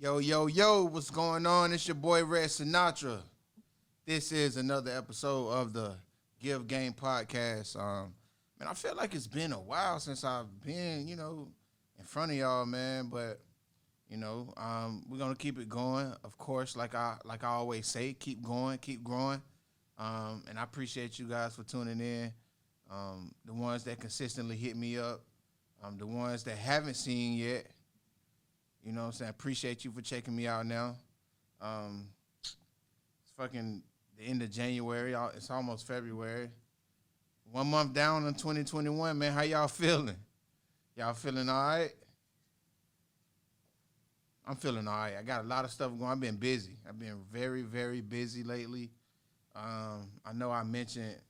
Yo, yo, what's going on? It's your boy Red Sinatra. This is another episode of the Give Game Podcast. Um, man, I feel like it's been a while since I've been, you know, in front of y'all, man. But you know, um, we're gonna keep it going. Of course, like I like I always say, keep going, keep growing. Um, and I appreciate you guys for tuning in. Um, the ones that consistently hit me up, um, the ones that haven't seen yet. You know what I'm saying? Appreciate you for checking me out now. Um, it's fucking the end of January. y'all- It's almost February. One month down in 2021, man. How y'all feeling? Y'all feeling all right? I'm feeling all right. I got a lot of stuff going. I've been busy. I've been very, very busy lately. Um, I know I mentioned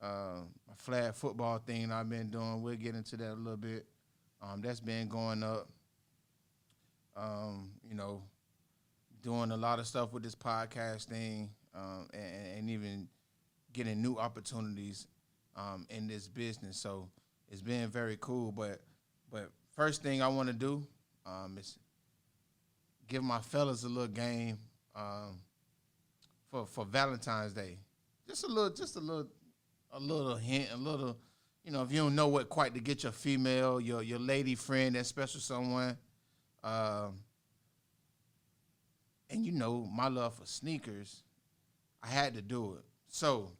uh, my flag football thing I've been doing. We'll get into that a little bit. Um, that's been going up um, you know, doing a lot of stuff with this podcast thing, um, and, and even getting new opportunities um, in this business. So it's been very cool. But but first thing I want to do um, is give my fellas a little game um, for for Valentine's Day. Just a little, just a little, a little hint, a little. You know, if you don't know what quite to get your female, your your lady friend, that special someone, um, and you know my love for sneakers, I had to do it. So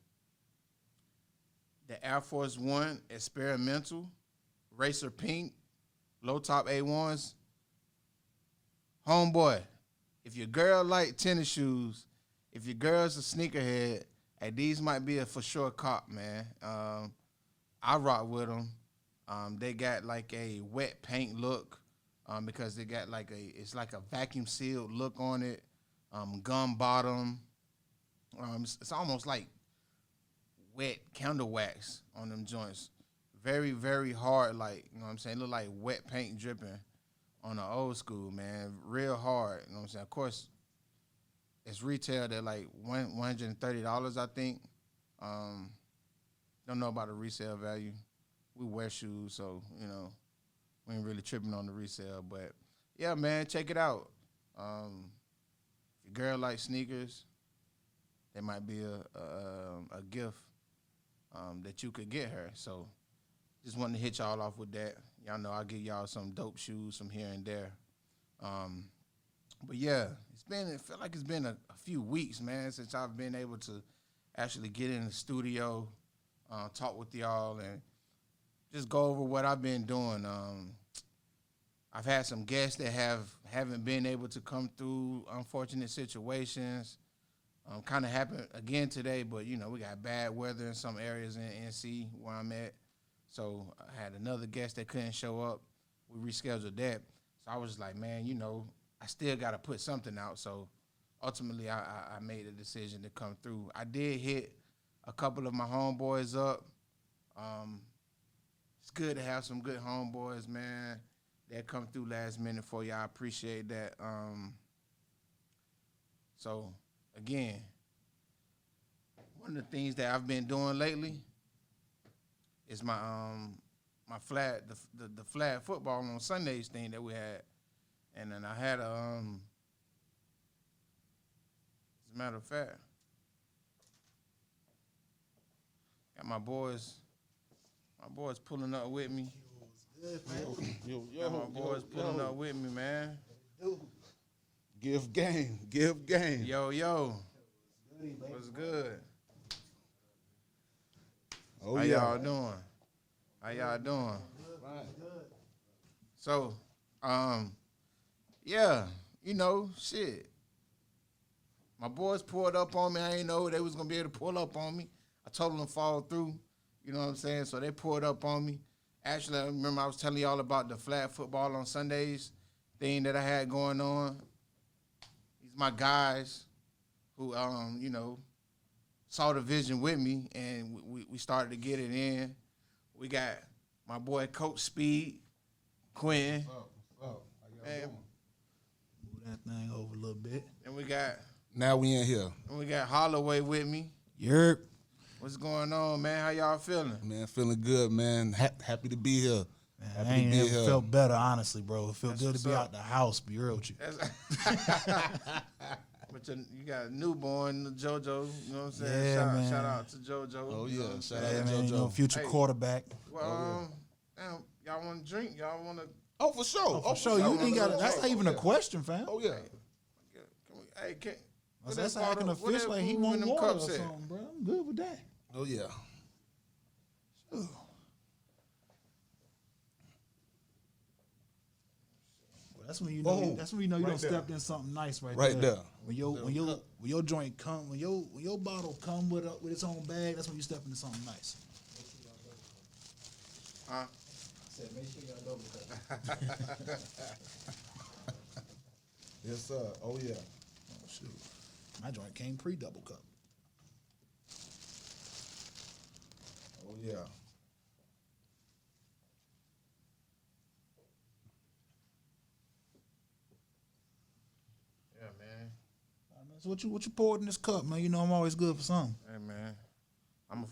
the Air Force One experimental, racer pink, low top A ones. Homeboy, if your girl like tennis shoes, if your girl's a sneakerhead, hey, these might be a for sure cop, man. Um, I rock with them. Um, they got like a wet paint look um, because they got like a it's like a vacuum sealed look on it, um, gum bottom. Um, it's, it's almost like wet candle wax on them joints. Very very hard, like you know what I'm saying. Look like wet paint dripping on the old school man, real hard. You know what I'm saying. Of course, it's retailed at like one one hundred and thirty dollars, I think. Um, don't know about the resale value. We wear shoes, so you know we ain't really tripping on the resale, but yeah, man, check it out. Um, if your girl likes sneakers, that might be a a, um, a gift um, that you could get her. So just wanted to hit y'all off with that. Y'all know I give y'all some dope shoes from here and there. Um, but yeah, it's been it felt like it's been a, a few weeks, man, since I've been able to actually get in the studio, uh, talk with y'all, and just go over what I've been doing. Um, I've had some guests that have haven't been able to come through unfortunate situations. Um, kind of happened again today, but you know we got bad weather in some areas in NC where I'm at. So I had another guest that couldn't show up. We rescheduled that. So I was like, man, you know, I still got to put something out. So ultimately, I, I, I made a decision to come through. I did hit a couple of my homeboys up. Um, it's good to have some good homeboys, man, that come through last minute for you. I appreciate that. Um, so, again, one of the things that I've been doing lately is my um my flat the the, the flat football on Sundays thing that we had, and then I had a, um. As a matter of fact, got my boys. My boys pulling up with me. Yo, yo, Got my boys yo, pulling yo. up with me, man. Give game, give game. Yo, yo. What's good? Oh How yeah. y'all doing? How y'all doing? So, um, yeah, you know, shit. My boys pulled up on me. I ain't know they was gonna be able to pull up on me. I told them to follow through. You know what I'm saying? So they pulled up on me. Actually, I remember I was telling y'all about the flag football on Sundays thing that I had going on. These my guys who, um, you know, saw the vision with me, and we- we, we started to get it in. We got my boy Coach Speed, Quinn, and, Move that thing over a little bit. and we got Now we in here, and we got Holloway with me. Yerp. What's going on, man? How y'all feeling? man. Feeling good, man. Ha- happy to be here. Man, Happy I to ain't be never here. felt better, honestly, bro. It felt That's good to what's be up. out the house, be real with you. That's but you, you got a newborn JoJo. You know what I'm saying? Yeah, shout, man. shout out to JoJo. Oh, you know yeah, what I'm shout saying? Oh, out Yeah, to man, you know, JoJo. future Hey. quarterback. Well, um, damn, y'all want to drink? Y'all want to? Oh, for sure. Oh, For sure, you no, ain't no, got. no, That's no. not even a Yeah. question, fam. Oh yeah. Hey, can, what That's that acting bottle- what official. that Like he food in want them water or cups at? something, bro. I'm good with that. Oh yeah. Well, that's when you know. Oh, Boom. That's when you know you Right done there. stepped in something nice, right, Right there. there. When your when your when your joint come when your when your bottle come with a, with its own bag, that's when you step into something nice. Huh? Yes sir. Oh yeah. Oh, shoot, my joint came pre double cup. Oh yeah. Yeah, man. I mean, So what you what you poured in this cup, man? You know I'm always good for something. Hey, man. I'm a,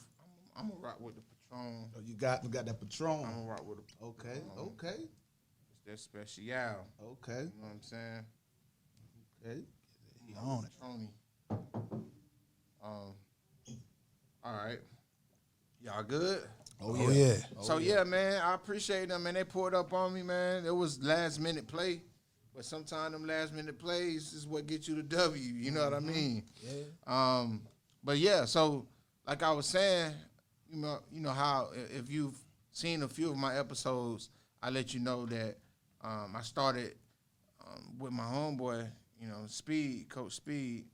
I'm a rock with the Patron. Oh, you got you got that Patron. I'm a rock with the Okay. Um, Okay. It's their special. You know Okay. what I'm saying? Okay. You on it. Patroni. Um. All right. Y'all good? Oh, yeah. Oh, so yeah. man, I appreciate them, man. They pulled up on me, man. It was last minute play, but sometimes them last minute plays is what gets you the W. You know what I mean? Yeah. Um, but yeah, so like I was saying, you know, you know how i- if you've seen a few of my episodes, I let you know that um, I started um, with my homeboy, you know, Speed, Coach Speed,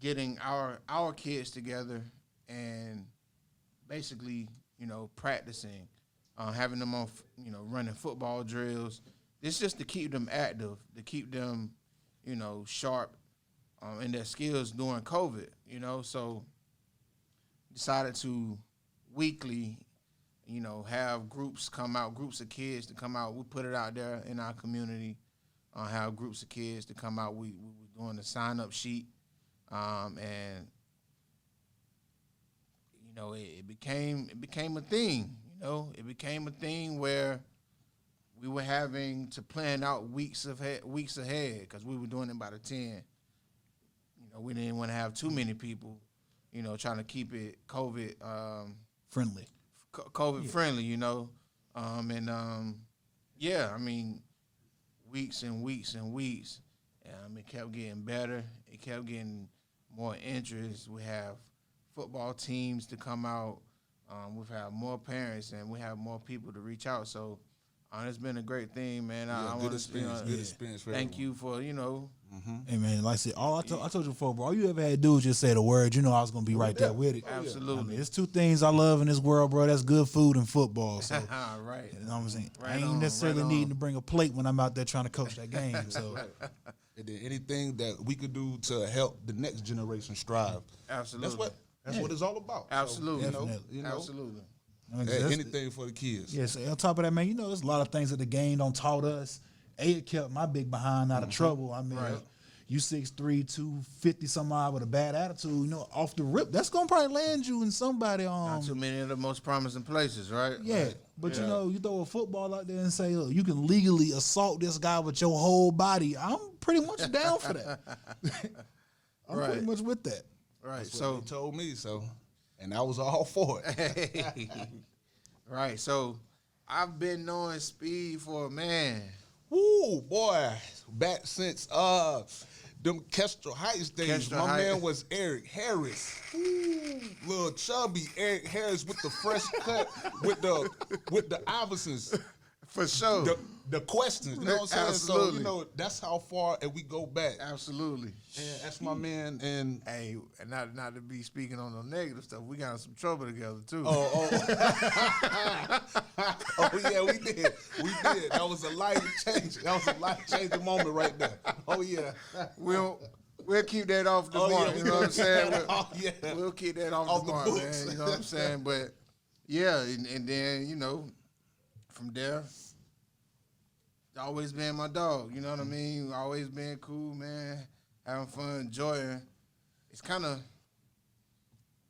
getting our our kids together and basically, you know, practicing, uh, having them on, f- you know, running football drills. It's just to keep them active, to keep them, you know, sharp um, in their skills during COVID. You know, so decided to weekly, you know, have groups come out, groups of kids to come out. We put it out there in our community, uh, have groups of kids to come out. We we were doing the sign up sheet, um, and you know, it, it became it became a thing. You know, it became a thing where we were having to plan out weeks of he- weeks ahead because we were doing it by the ten. You know, we didn't want to have too many people. You know, trying to keep it COVID um, Friendly. co- COVID friendly, you know. Um, and um, yeah, I mean, weeks and weeks and weeks. Um, it kept getting better. It kept getting more interest. We have football teams to come out. Um, we've had more parents and we have more people to reach out. So uh, it's been a great thing, man. I, I Yeah, good wanna, experience. Oh, You know, good experience. For Thank everyone. you for you know Hey man, like I said, all I, to- I told you before, bro. All you ever had to do is just say the word. You know I was gonna be right there with it. I Oh, absolutely mean, it's two things I love in this world, bro. That's good food and football. So all right. You know what I'm saying? Right I ain't on, necessarily right on. needing to bring a plate when I'm out there trying to coach that game. So And then anything that we could do to help the next generation strive. Absolutely. That's what that's what it's all about. So, Absolutely. you know, Definitely. Oh, you know, Absolutely. I mean, hey, that's- anything for the kids. yeah, so on top of that, man, you know, there's a lot of things that the game don't taught us. A it kept my big behind out of trouble. I mean, Mm-hmm. Right. you 6'3", 250 some odd with a bad attitude, you know, off the rip, that's gonna probably land you in somebody um, on. Not too many of the most promising places, right? Yeah, but Yeah. you know, you throw a football out there and say, "Look, you can legally assault this guy with your whole body." I'm pretty much down for that. I'm Right. pretty much with that. Right. That's what So they told me so, and I was all for it. right. So I've been knowing Speed for a man. Woo, boy, back since uh them Kestrel Heights days. Kestrel my Heights. man was Eric Harris. Ooh, little chubby Eric Harris with the fresh cut, with the with the Iversons. For sure. The, the questions, you know what I'm saying? So Absolutely. you know that's how far and we go back. Absolutely. And that's my man. And Hey, and not not to be speaking on no negative stuff, we got in some trouble together too. oh, oh. oh yeah, we did, we did. That was a life changing. That was a life changing moment right there. Oh yeah, We'll we'll keep that off the oh mark. yeah, you know what I'm saying? We'll- oh yeah. we'll keep that off, Off the, the mark, books. man. You know what I'm saying? But yeah, and, and then you know, from there, always been my dog. You know what I mean? Always been cool, man. Having fun, enjoying. It's kind of,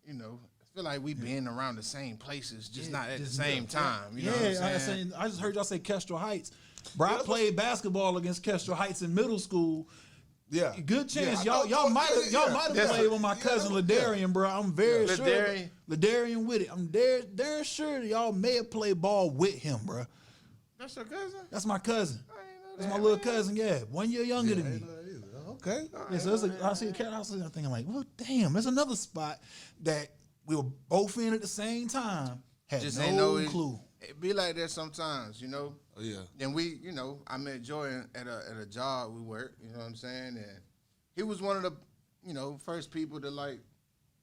you know, feel like we been around the same places, just Yeah, not at just the same look. time. You yeah, know what I'm saying? I, saying- I just heard y'all say Kestrel Heights. Bro, I played basketball against Kestrel Heights in middle school. Yeah. Good Yeah, chance I y'all know- y'all might have yeah, y'all yeah. might have That's played a- with my yeah, cousin yeah. Ladarian, bro. I'm very Yeah. sure Ladarian. Ladarian with it. I'm there there sure y'all may have played ball with him, bro. That's your cousin. That's my cousin. I ain't know That's that, my little man. cousin. Yeah, one year younger than me. Okay. Yeah, so that's a, I see a cat house. I'm thinking like, well, damn, there's another spot that we were both in at the same time. Had Just no ain't know it- clue. It, be like that sometimes, you know. Oh, Yeah. And we, you know, I met Jordan at a at a job we worked. You know what I'm saying? And he was one of the, you know, first people to like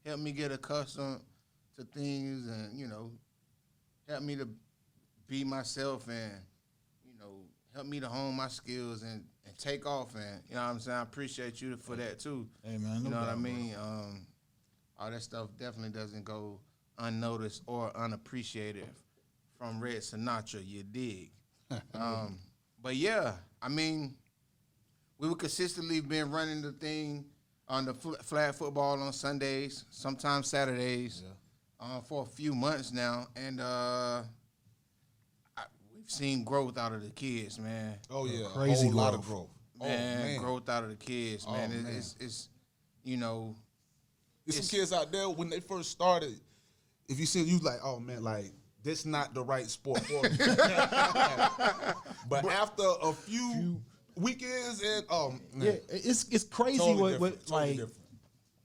help me get accustomed to things, and you know, help me to be myself, and you know, help me to hone my skills and and take off. And you know what I'm saying? I appreciate you for that too. Hey, man, you no know what I doubt, bro. mean? Um, all that stuff definitely doesn't go unnoticed or unappreciated from Red Sinatra. You dig? um, but yeah, I mean, we were consistently been running the thing on the fl- flag football on Sundays, sometimes Saturdays, uh, for a few months now, and uh, I, we've seen growth out of the kids, man. Oh yeah. Crazy a whole lot of growth. growth. Oh man, man. growth out of the kids, Oh, man. It- man. It's, it's you know. There's some kids out there when they first started. If you see you like, oh man, like this not the right sport for me. but after a few, weekends and um, Yeah, it's it's crazy Totally what, different, what totally like different.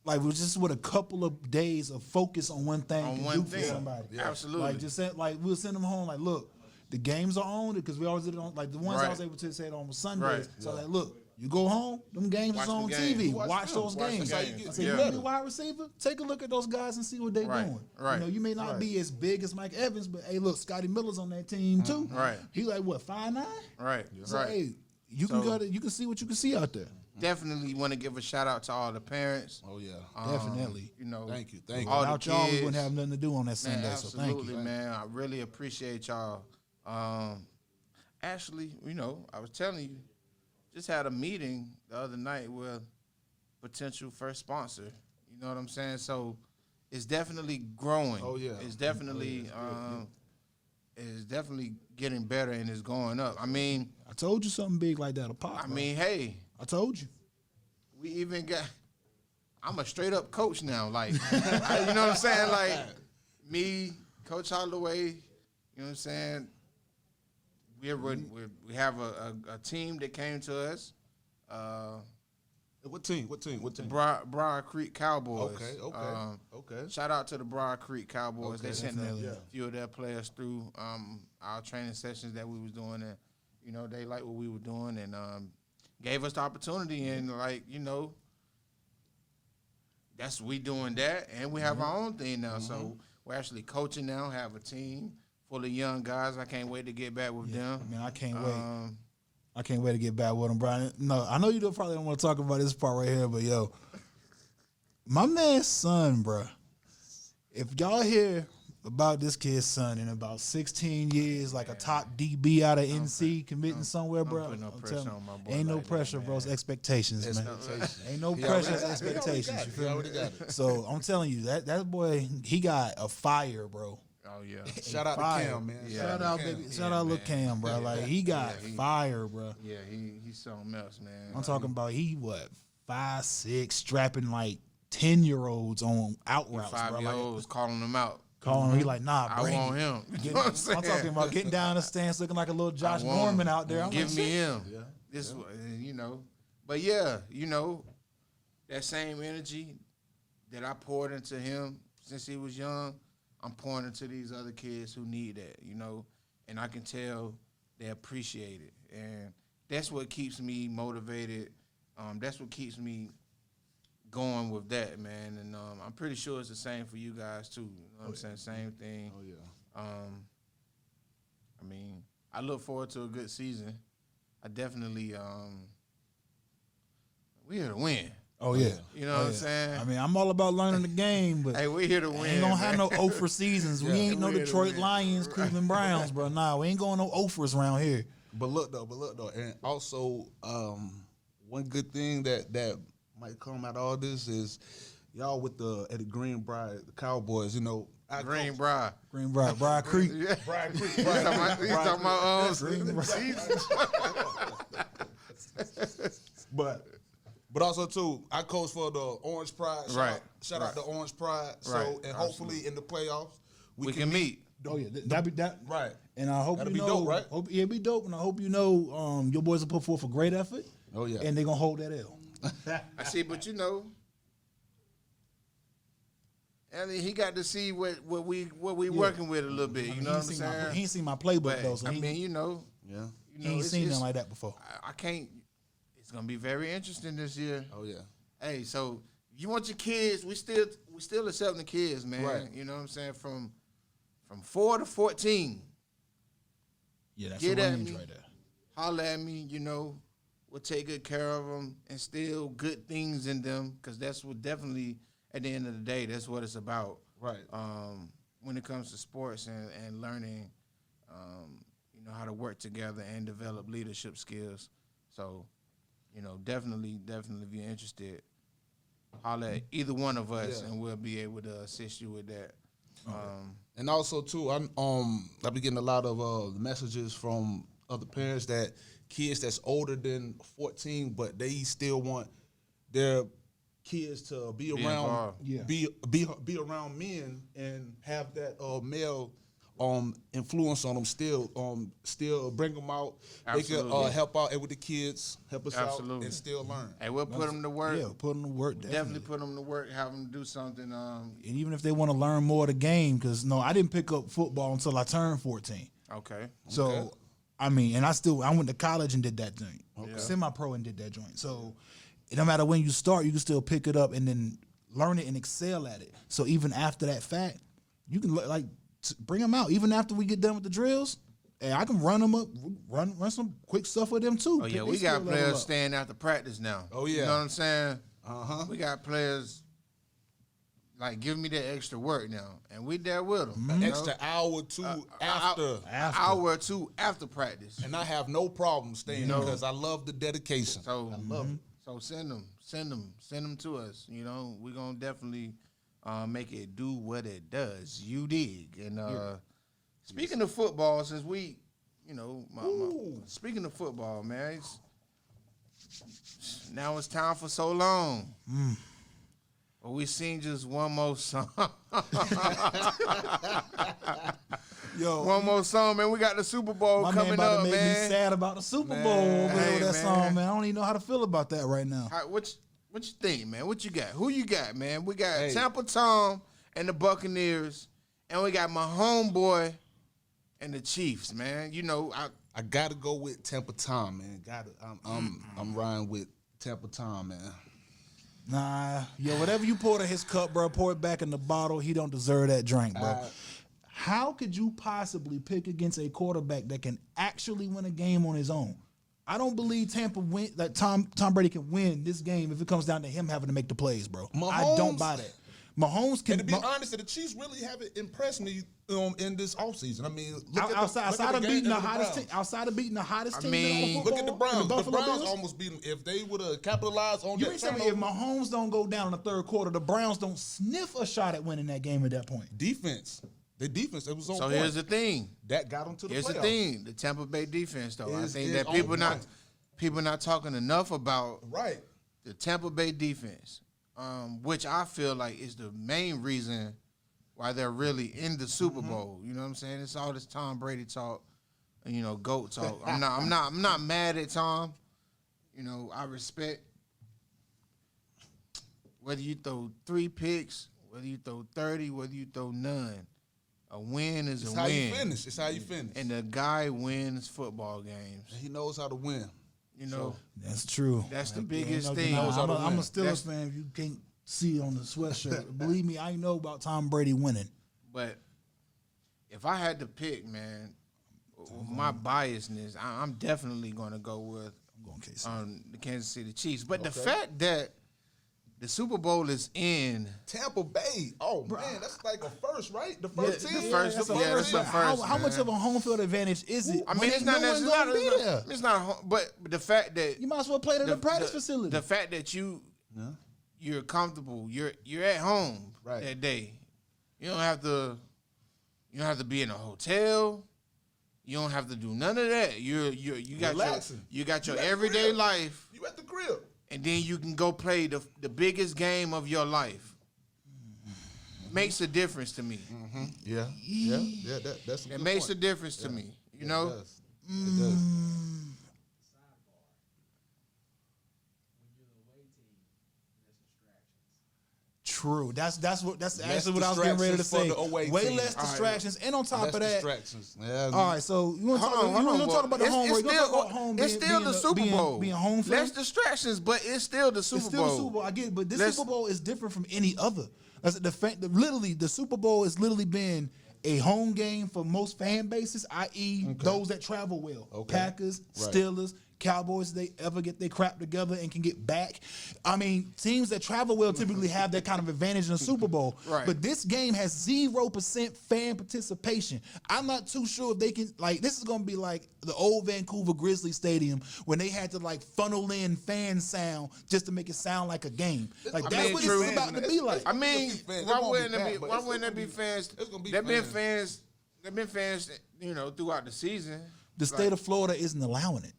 like was just what a couple of days of focus on one thing On can one do thing. for somebody. Yeah. Absolutely. Like just send, like we'll send them home. Like look, the games are on because we always did it on like the ones I Right. was able to say it on was Sundays. Right. So like look. You go home, them games Watch is the on games. TV. Watch Watch, them. those Watch the games. games. I say, Yeah. you need a wide receiver? Take a look at those guys and see what they're Right. doing. Right. You know, you may not be as big as Mike Evans, but hey, look, Scotty Miller's on that team too. Mm. Right. He like what, five nine? Right, So right. hey, you can So- go to, you can see what you can see out there. Definitely want to give a shout out to all the parents. Oh yeah. Um, Definitely. you know. Thank you, thank you. all the Without y'all, we kids. wouldn't have nothing to do on that Man, Sunday. so thank absolutely, you. man. I really appreciate y'all. Um, actually, you know, I was telling you, just had a meeting the other night with potential first sponsor. You know what I'm saying? So it's definitely growing. Oh, yeah. It's definitely um, it's definitely getting better and it's going up. I mean, I told you something big like that'll pop. I bro. mean, hey, I told you. we even got I'm a straight up coach now. Like I- you know what I'm saying? Like me, Coach Holloway, you know what I'm saying? We're, we're, we're we have a, a, a team that came to us, uh What team? What team? What team? Briar, Briar Creek Cowboys. Okay, okay, Um, okay. Shout out to the Briar Creek Cowboys. they sent a definitely. few of their players through um, our training sessions that we was doing, and you know they liked what we were doing and um, gave us the opportunity. And like you know, that's we doing that, and we have Mm-hmm. our own thing now. So we're actually coaching now. Have a team full of young guys. I can't wait to get back with them. Man, I can't wait. Um, I can't wait to get back with him, Brian. No, I know you don't probably don't want to talk about this part right here, but yo, my man's son, bruh. If y'all hear about this kid's son in about 16 years, like a top DB out of NC committing somewhere, bro. put no I'm pressure telling- on my boy Ain't no like that, pressure, bro. It's expectations, man. Ain't no pressure, it's expectations. you He already got it. So I'm telling you that that boy he got a fire, bro. oh yeah, Shout out Fire. to Cam, man. Shout out, to Cam. baby. Shout out, little Cam, bro. Like he got fire, bro. yeah. He he's something else, man. I'm talking about he what five six strapping like ten year olds on out routes, bro. Five year Like, olds calling them out. calling him, he like nah, I bring want it. him. You Getting- know what I'm I'm, saying? talking about getting down the stance looking like a little Josh want Norman him. out there. I'm Give like, me shit. him. This, wa- and, you know. But yeah, you know, that same energy that I poured into him since he was young, I'm pouring into these other kids who need that, you know, and I can tell they appreciate it, and that's what keeps me motivated. Um, that's what keeps me going with that, man. And um, I'm pretty sure it's the same for you guys too. You know what I'm saying? Same thing. Oh yeah. Um, I mean, I look forward to a good season. I definitely, um, we here to win. Oh yeah, You know what Oh, I'm yeah. saying? I mean, I'm all about learning the game, but hey, we here to win. ain't gonna have man. no offers seasons. we ain't no we had to Detroit win. Lions, Cleveland Browns, bro. Nah, we ain't going no offers around here. But look though, but look though, and also um, one good thing that that might come out of all this is y'all with the at the Greenbrier the Cowboys, you know. I Green Briar. Greenbrier, Briar Creek. Yeah. Brian Creek. He's talking about, he's talking about uh, But but also too, I coach for the Orange Pride. Shout Right, Out, shout out right. to Orange Pride. So Right, and hopefully in the playoffs we, we can, can meet. Oh yeah, that be that. right. And I hope That'll you be know, dope, right? Hope, yeah, it'd be dope, and I hope you know um, your boys will put forth a great effort. Oh, yeah. and they're gonna hold that L. I see, but you know, I mean, he got to see what, what we what we working with a little bit. You He know what I'm ain't seen my, he saying? ain't seen my playbook But though, so I he, mean, you know, Yeah. you he know, ain't it's- seen it's- nothing like that before. I, I can't. It's gonna be very interesting this year. Oh yeah. Hey, so you want your kids? We still we still accepting the kids, man. Right. You know what I'm saying? From from four to fourteen, Yeah, that's Get a at range me. right there. holla at me. You know, we'll take good care of them, instill good things in them, because that's what definitely at the end of the day, that's what it's about. Right. Um, when it comes to sports and and learning, um, you know how to work together and develop leadership skills. So, you know, definitely, definitely, if you're interested, holla at either one of us, Yeah. and we'll be able to assist you with that. Um, And also too, I'm um I be getting a lot of uh messages from other parents that kids that's older than 14, but they still want their kids to be, around involved. Yeah. be be be around men and have that uh male um influence on them still um still bring them out they could uh, Absolutely. help out with the kids help us out Absolutely. and still learn and we'll put them to work. Yeah, put in the work. Definitely. Definitely put them to work. Have them do something. Um, And even if they want to learn more of the game, because no, I didn't pick up football until I turned fourteen. okay. So, I mean, and I still I went to college and did that joint, Yeah. semi pro and did that joint. So, it no matter when you start, you can still pick it up and then learn it and excel at it. So even after that fact, you can li- like t- bring them out. Even after we get done with the drills, hey, I can run them up, run run some quick stuff with them too. Oh Pick yeah, their we skill got level players up. staying after practice now. Oh, you yeah. know what I'm saying? uh-huh We got players like giving me that extra work now, and we there with them. Mm-hmm. extra hour or two Uh, after After. hour or two after practice. and I have no problem staying know- because I love the dedication. So mm-hmm. I love it. So send them, send them, send them to us. You know, we're gonna definitely uh, make it do what it does. You dig? And uh, speaking of football, since we, you know, my, my, speaking of football, man, it's, now it's time for so long. Mm. But we seen just one more song. Yo, one more song, man. We got the Super Bowl my man coming about up, to make me man. sad about the Super Bowl over there hey, with that man. song, man. I don't even know how to feel about that right now. How, what you, what you think, man? What you got? Who you got, man? We got Hey. Tampa Tom and the Buccaneers, and we got my homeboy and the Chiefs, man. You know, I I gotta go with Tampa Tom, man. Gotta I'm I'm I'm riding with Tampa Tom, man. Nah, yo, whatever you poured in his cup, bro, pour it back in the bottle. He don't deserve that drink, bro. How could you possibly pick against a quarterback that can actually win a game on his own? I don't believe Tampa win that Tom Tom Brady can win this game if it comes down to him having to make the plays, bro. I don't Mahomes- buy that. Mahomes And can to be Ma- honest, the Chiefs really haven't impressed me um, in this offseason. I mean, look at out- the, outside, look at outside the of game beating the, and the hottest team, Browns. outside of beating the hottest I team. mean, in all Look at the football, Browns. The, Buffalo Browns Bills. almost beat them. If they would have capitalized on You that ain't telling me if turnover, Mahomes don't go down in the third quarter, the Browns don't sniff a shot at winning that game at that point. defense, the defense, it was on so point. here's the thing. that got them to the Here's playoffs. the thing. The Tampa Bay defense, though, Is- I think is that on people not point. people not talking enough about Right. the Tampa Bay defense, um, which I feel like is the main reason why they're really in the Super Mm-hmm. Bowl. You know what I'm saying? It's all this Tom Brady talk, and, you know, goat talk. I'm not, I'm not, I'm not mad at Tom. You know, I respect whether you throw three picks, whether you throw thirty, whether you throw none. A win is It's a how win, you finish. It's how you finish. and the guy wins football games. he knows how to win. You know, That's true. That's the Ain't biggest no thing. denying. Knows how I'm, to a, I'm a win. Steelers That's- fan. If you can't see on the sweatshirt, believe me, I know about Tom Brady winning. But if I had to pick, man, with my biasness, I, I'm definitely going to go with I'm going KC. um, the Kansas City Chiefs. But the fact that the Super Bowl is in, Tampa Bay. Oh man, that's like a first, right? The first Yeah, team. the first- The yeah, that's the team. How- first, How, much man. of a home field advantage is it? I when mean, it's ain't not no one necessarily, gonna it's be not, there? it's not, a home- but the fact that You might as well play it in the, practice the- facility. the fact that you you're comfortable. You're you're at home Right. that day. You don't have to you don't have to be in a hotel. You don't have to do none of that. You're you are you got Relaxing. your you got your You at the everyday crib. life You at the crib. and then you can go play the the biggest game of your life. Mm-hmm. Makes a difference to me. Yeah, yeah, yeah. That, that's a It Mm-hmm. good makes a point. difference to me. You know? It does. It does. True. That's that's what that's Less actually what I was getting ready to distractions for the say. away Way team. less All right. distractions, and on top That's of that, distractions. Yeah, all right. So you want to Hold talk, on, hold you on. wanna talk about the it's, home? It's We're still, gonna talk about home. it's being- still being the a- Super being- Bowl. being home field. Less distractions, but it's still the Super It's still Bowl. the Super Bowl. I get, it, but this Let's- Super Bowl is different from any other. That's the fact. that Literally, the Super Bowl has literally been a home game for most fan bases, i.e., those that travel well. Okay. Packers, Right. Steelers, Cowboys. They ever get their crap together and can get back. I mean, teams that travel well typically have that kind of advantage in a Super Bowl. Right. But this game has zero percent fan participation. I'm not too sure if they can like this is gonna be like the old Vancouver Grizzly Stadium when they had to like funnel in fan sound just to make it sound like a game. Like I that's mean, what true. it's about to be like. I mean, It's gonna be fans. It why won't wouldn't be there be bad, but why it's wouldn't there gonna be be- fans? it's gonna be there been fans. fans. There been fans. You know, throughout the season. The state of Florida isn't allowing it.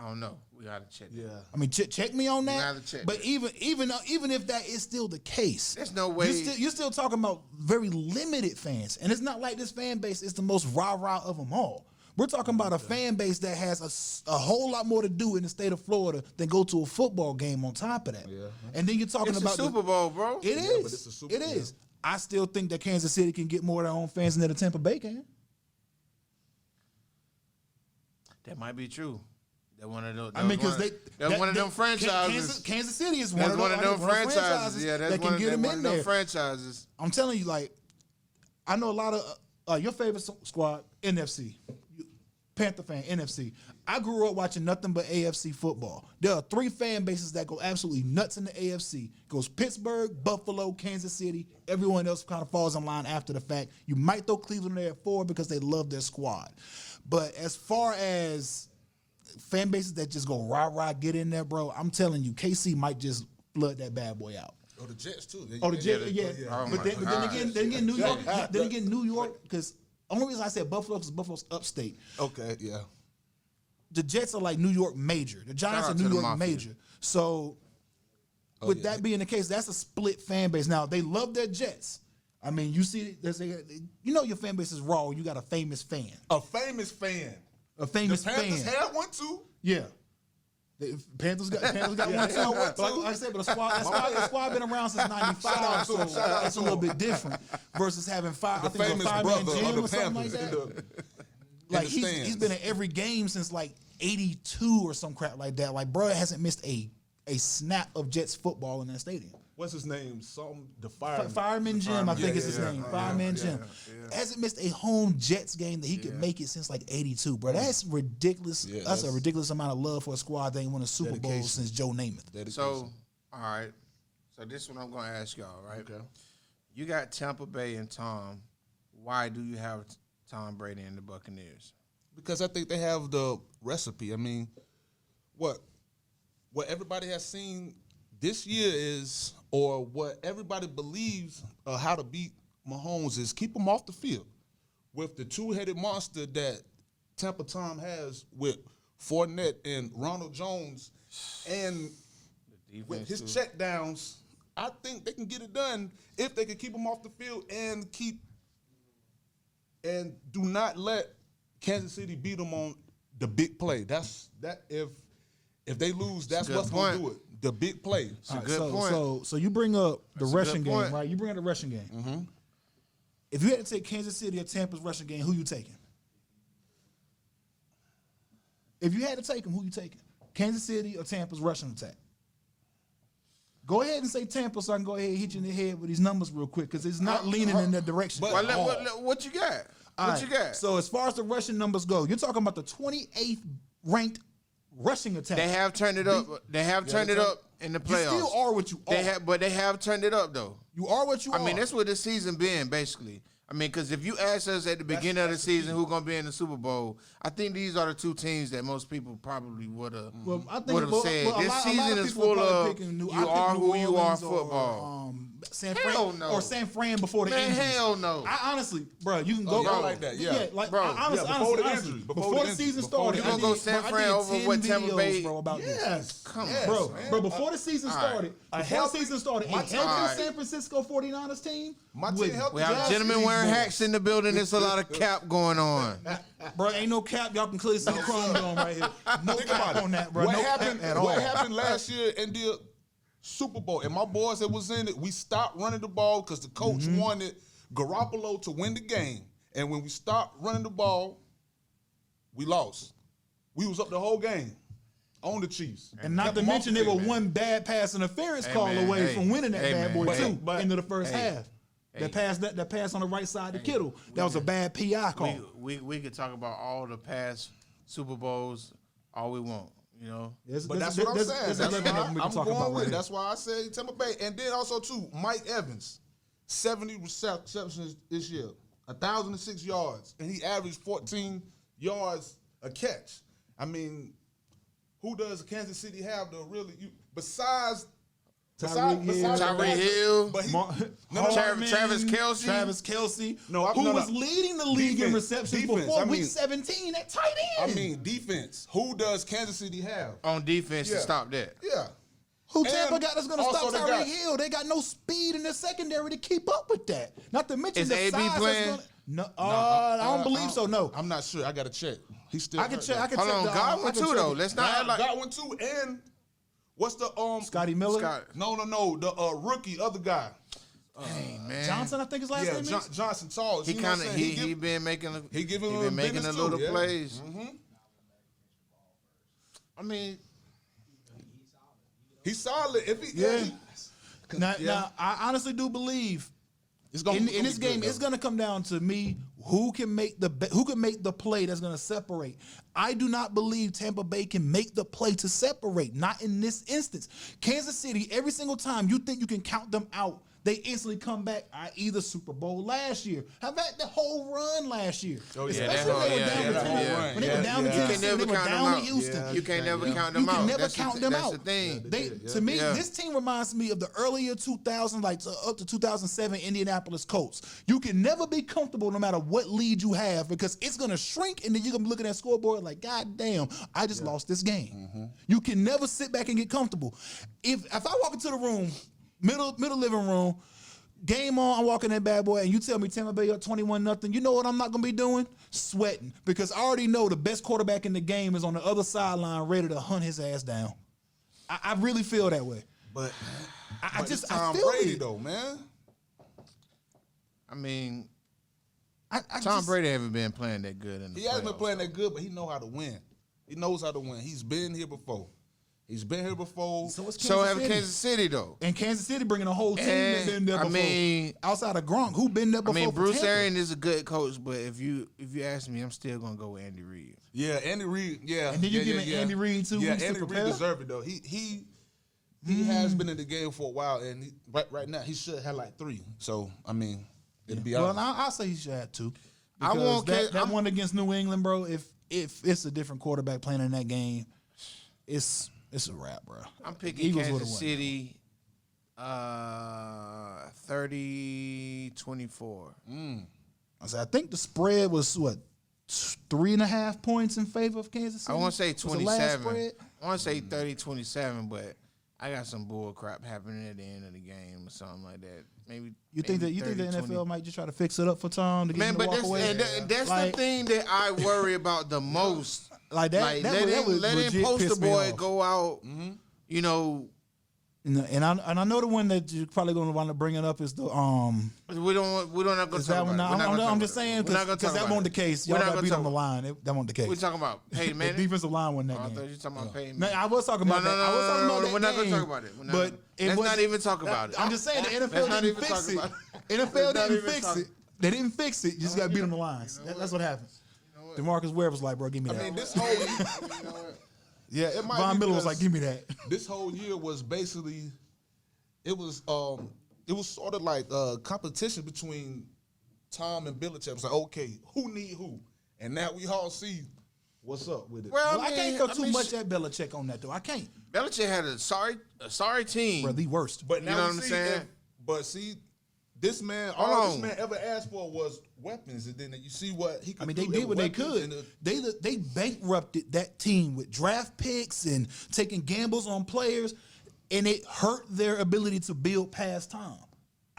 I don't know. We gotta check. that. Yeah. I mean, check, check me on gotta that. check But that. even even though- even if that is still the case, There's no way- You're still, you're still talking about very limited fans, and it's not like this fan base is the most rah rah of them all. We're talking about a fan base that has a s- a, whole lot more to do in the state of Florida than go to a football game. On top of that, Yeah. and then you're talking It's the about the- Super Bowl, bro. It is. Yeah, but it's a Super it Bowl. is. I still think that Kansas City can get more of their own fans than the Tampa Bay can. That might be true. That one of those. I mean, that was because they one of- that's one of them franchises. Kansas, Kansas City is one, that's of, one of them franchises. Yeah, that's that one, can of, get that's them one in of them there. franchises. I'm telling you, like, I know a lot of uh, uh, your favorite s- squad, NFC, You- Panther fan, NFC. I grew up watching nothing but AFC football. There are three fan bases that go absolutely nuts in the AFC. Goes Pittsburgh, Buffalo, Kansas City. Everyone else kind of falls in line after the fact. You might throw Cleveland there at four because they love their squad. But as far as fan bases that just go rah rah get in there, bro, I'm telling you, KC might just flood that bad boy out. Oh, the Jets too. Oh, the Jets, the- yeah. yeah. Oh but, my then, but then God. again, then again, New York. then again, New York. Because only reason I said Buffalo is Buffalo's upstate. Okay, yeah. The Jets are like New York major. The Giants Shout are out to New the York Mafia. major. So, with yeah. that being the case, that's a split fan base. Now they love their Jets. I mean, you see, there's a- you know, your fan base is raw. You got a famous fan, A famous fan. The a famous fan. Panthers had one too. yeah. The Panthers got, Panthers got one too. one Like, too. like I said, but a squad, a squad, a squad been around since Shout out '95, to so him, shout out it's a to little him. bit different versus having five. I The think it was famous a five-man brother gym of or the something like Panthers. that. in the- in like the he's, he's stands. been in every game since like 82 or some crap like that like bro hasn't missed a a snap of jets football in that stadium What's his name? Some the Fi- fireman. fireman jim i think yeah, is his yeah, name yeah, fireman yeah, jim hasn't missed a home jets game that he could make it since like 82 bro that's ridiculous Mm. Yeah, that's, a that's- ridiculous amount of love for a squad that ain't won a super bowl Dedication. since joe namath Dedication. So, all right. So this one I'm gonna ask y'all, right? Okay. You got Tampa Bay and Tom. Why do you have Tom Brady and the Buccaneers? because I think they have the recipe. I mean, what what everybody has seen this year is, or what everybody believes uh, how to beat Mahomes is keep him off the field with the two headed monster that Tampa Tom has with Fournette and Ronald Jones, and with his checkdowns. I think they can get it done if they can keep him off the field and keep and do not let Kansas City beat them on the big play. That's that if if they lose, that's good what's gonna do point. it. The big play. All right, good so, point. So, so you bring up the a good rushing game, point. Mm-hmm. right? You bring up the rushing game. If you had to take Kansas City or Tampa's rushing game, who you taking? If you had to take them, who you taking? Kansas City or Tampa's rushing attack? Go ahead and say Tampa, so I can go ahead and hit you in the head with these numbers real quick, because it's not leaning in that direction. but- Why, Uh, let- Oh. what, let- what you got? All what right, you got? So as far as the rushing numbers go, you're talking about the 28th ranked rushing attack. they have turned it up. They have turned they it turn- up in the you playoffs. still are Oh. what you are. They have, but they have turned it up though. you are what you I are. mean, that's what this season been basically. I mean, because if you asked us at the beginning of the season who's gonna be in the Super Bowl, I think these are the two teams that most people probably would have Well, I think would have well, said well, a this lot- a lot season of is people full probably of picking New- you I think are New who you are Orleans football. Or, um, San Hell Fran no. or San Fran before the Man, injury. hell no. I honestly, bro, you can go Oh, yeah, I bro. like that, yeah. like Bro, I, honestly, yeah, before before the the honestly, injury, before, before the the season injury, before the started, injury. I You gonna go did- San bro, I Fran did over 10 what Tampa videos, Bay- bro, about this. Yes. Come on, yes, Bro, man. bro, before the season right. started, A before the healthy- season started, a my healthy team- all right. San Francisco 49ers team, My team would- healthy. We have Yes, gentlemen these wearing boys. hacks in the building. There's a lot of cap going on. bro, ain't no cap. Y'all can clearly see the chrome dome right here. No Think cap about it. on that, bro. What no cap happened? at all. what happened last year in the Super Bowl? And my boys that was in it, we stopped running the ball because the coach Mm-hmm. wanted Garoppolo to win the game. And when we stopped running the ball, we lost. We was up the whole game on the Chiefs. And not to Kept mention they them were off the field. one bad pass interference call man, away hey, from winning that hey, bad man, boy hey, too into the first hey, half. That pass that, that pass on the right side to Kittle. That was a bad PI call. We, we we could talk about all the past Super Bowls all we want. You know, There's- But there's- that's what I'm there's- saying. there's That's 11 of why them we can I'm talk going about with. right it. That's why I say Tampa Bay. And then also too, Mike Evans, 70 receptions this year, 1,006 yards, and he averaged 14 yards a catch. I mean, who does Kansas City have to really you besides besides, Tyreek Hill. besides Tyreek Hill. But he, Mar- no, no, Trav- Travis Kelce? Travis Kelsey, No, I- who no, no. was leading the league in Defense, receptions defense, before I week mean- 17 at tight I end. mean defense. Who does Kansas City have? on defense to Yeah. stop that. Yeah. Who And Tampa got that's going to also stop they Tyreek got- Hill? They got no speed in their secondary to keep up with that. Not to mention Is the AB size that's playing? gonna- no, uh, I don't believe so. No, I'm not sure. I gotta check. He still I can hurt, check. though. I can Hold check on, the, I Godwin can too check though. the- Let's not Got, act like got one too. And what's the um? Scotty Miller, Scott No, no, no. The uh, rookie, other guy. Dang, man. Johnson. I think his last Yeah, name John, is. Johnson Tall. He kind of he, he been making a, He give him been a making a business little too, yeah. plays. I mean, he's solid. If he, Yeah. yeah. he- Now, Yeah. now, I honestly do believe it's gonna, in, it's in gonna this be good, game, it's though. going to come down to me who can make the be- who can make the play that's going to separate. I do not believe Tampa Bay can make the play to separate. Not in this instance. Kansas City, every single time you think you can count them out, they instantly come back. I either Super Bowl last year. How about the whole run last year? Oh, yeah, that Especially when whole- they were yeah, down yeah, to that whole Tampa- run. when they were Yeah, down to yeah. you Kansas can City, never they were count them down to out. Houston. You can't never count them You out. can never That's the count thi- them that's out. the thing. They to me, Yeah. this team reminds me of the earlier 2000, like to, up to 2007 Indianapolis Colts. You can never be comfortable no matter what lead you have because it's gonna shrink, and then you're gonna be looking at scoreboard like, God damn, I just lost this game. You can never sit back and get comfortable. If if I walk into the room, middle middle living room. Game on, I'm walking that bad boy, and you tell me Tampa Bay up 21 nothing. You know what I'm not gonna be doing? Sweating. Because I already know the best quarterback in the game is on the other sideline ready to hunt his ass down. I, I really feel that way. But, I, I but just it's Tom I feel Brady it. though, man. I mean, I, I Tom just- Brady haven't been playing that good in the He hasn't been playoffs. playing that good, but he know how to win. He knows how to win. He's been here before. He's been here before. So it's Kansas So have City. Kansas City though. and Kansas City bringing a whole team that And, been there I before. mean- outside of Gronk, who been there I before? mean, for Bruce Tampa? Arian is a good coach, but if you if you ask me, I'm still gonna go with Andy Reid. Yeah, Andy Reid. Yeah, And then you yeah, giving yeah, yeah. Andy Reid two Yeah, weeks to Andy prepare? Mm. Reid deserved it though. He he he has been in the game for a while, and he, right right now he should have like three. So I mean, it'd be Well, out. I, I'll say he should have two. I Because want that, Ka- that I'm- one against New England, bro. If if it's a different quarterback playing in that game, it's it's a wrap, bro. I'm The picking Eagles would've Kansas won. City uh 30 24. I, said, I think the spread was what t- three and a half points in favor of Kansas I City. want to say Mm-hmm. Was the last 27. spread? Mm-hmm. I want to say 30 27, but I got some bull crap happening at the end of the game or something like that. Maybe You think that maybe you think the 30, NFL 20. might just try to fix it up for Tom to get Man, him to but walk that's, away? and that- that's Like- the thing that I worry about the most. Like that, like that, let would, that him, would let him legit poster piss me boy off. go out. You know, And, and I and I know the one that you're probably going to wind up bringing up is the um we don't want- we're not going is to that talk one. about. it. We're I'm, not gonna I'm, talk I'm about just it. saying We're not gonna because talk that about wasn't the it. case. We're Y'all not got gonna beat talk on the about it. line. It, that wasn't the case. We're talking about Peyton the Manning. defensive line won that I thought game. you were talking about Peyton. No, Manning. I was talking about no, that. no, I was talking no, about no, that We're not game, gonna talk about it. We're not But gonna- it let's wasn't- not even talk about it. I'm just saying the Let's not NFL didn't even fix talk it. about NFL Let's not didn't even fix talk- it. They didn't fix it. You just got beat on the lines. That- That's what happened. Demarcus Ware was like, "Bro, give me I mean, that." this whole Yeah, it might Von be Miller was like, because- "Give me that." this whole year was basically it was um it was sort of like a competition uh, between Tom and Belichick was like, okay, who need who? And now we all see what's up with it. Well, Well, I, I mean, can't go I too mean, much sh- at Belichick on that though. I can't. Belichick had a sorry, a sorry team. Bro, the worst. but know now we what I'm see saying? if- but see, this man, Hold all this on. man ever asked for was weapons, and then you see what he. Could I mean, they do did in what they weapons and could. the- They they bankrupted that team with draft picks and taking gambles on players, and it hurt their ability to build past time.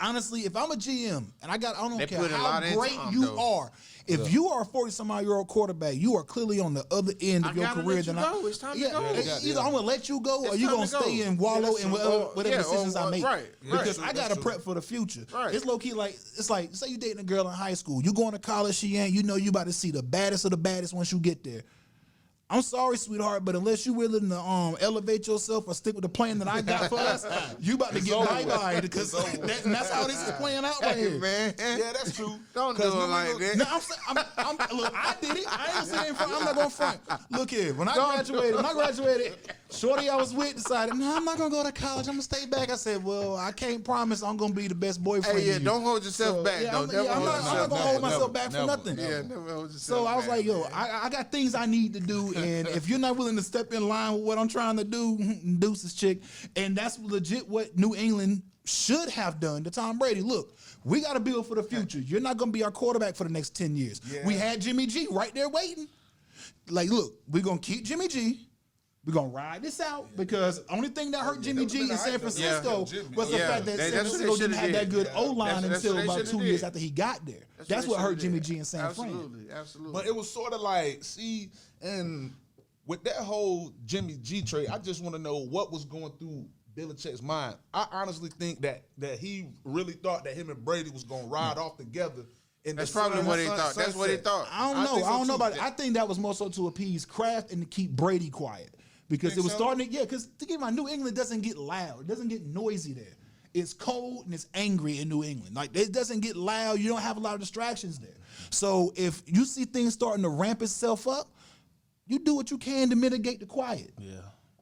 Honestly, if I'm a GM and I got, I don't They care put a how lot into great Tom, you though. are. If you are a 40 some odd year old quarterback, you are clearly on the other end of I your gotta career let you than I. go. It's time to Yeah, go. it's Yeah, either yeah. I'm gonna let you go or It's you time gonna to go. stay and wallow Yeah, in that's whatever, true. whatever Yeah, or decisions I what- make. right, right. Because I That's gotta true. prep for the future. Right. It's low key like it's like say you dating a girl in high school, you going to college, she ain't, you know you about to see the baddest of the baddest once you get there. I'm sorry, sweetheart, but unless you willing to um, elevate yourself or stick with the plan that I got for us, you about to get over bye with. bye because It's over with. that, and that's how this is playing out right Hey, here. man. yeah, that's true. Don't do 'Cause it New like England- that. No, I'm, saying- I'm, I'm look. I did it. I ain't saying front. I'm not gonna front. Look here. When I graduated, when I graduated, shorty I was with decided, nah, I'm not gonna go to college. I'm gonna stay back. I said, well, I can't promise I'm gonna be the best boyfriend. Hey, yeah, to you. don't hold yourself So, back, yeah, though. I'm, Never yeah, I'm hold not, I'm not yourself gonna back. hold myself Never, back for never, nothing. never. Yeah, never hold yourself So I was back, like, yo, man. I, I got things I need to do, and if you're not willing to step in line with what I'm trying to do, deuces, chick. And that's legit what New England should have done to Tom Brady. Look, we got to build for the future. You're not going to be our quarterback for the next 10 years. We had Jimmy G right there waiting. Like, look, we're going to keep Jimmy G. We're gonna ride this out because only thing that hurt Jimmy That G would've in been San all right, though. Yeah. Francisco Jimmy. was the Yeah, fact that they- San that's what they Francisco didn't shoulda have that did. good Yeah. O line That's- that's until what they about shoulda two years did. after he got there. That's, they what shoulda hurt Jimmy did. G in San Fran. Absolutely, absolutely. But it was sort of like, see, and with that whole Jimmy G trade, I just want to know what was going through Belichick's mind. I honestly think that that he really thought that him and Brady was gonna ride off together. And That's probably what he thought. That's what he thought. I don't I know. think I so don't know too. about it. I think that was more so to appease Kraft and to keep Brady quiet because it Think was so? starting to yeah. Because think about it, New England doesn't get loud. It doesn't get noisy there. It's cold and it's angry in New England. Like it doesn't get loud. You don't have a lot of distractions there. So if you see things starting to ramp itself up, you do what you can to mitigate the quiet. Yeah.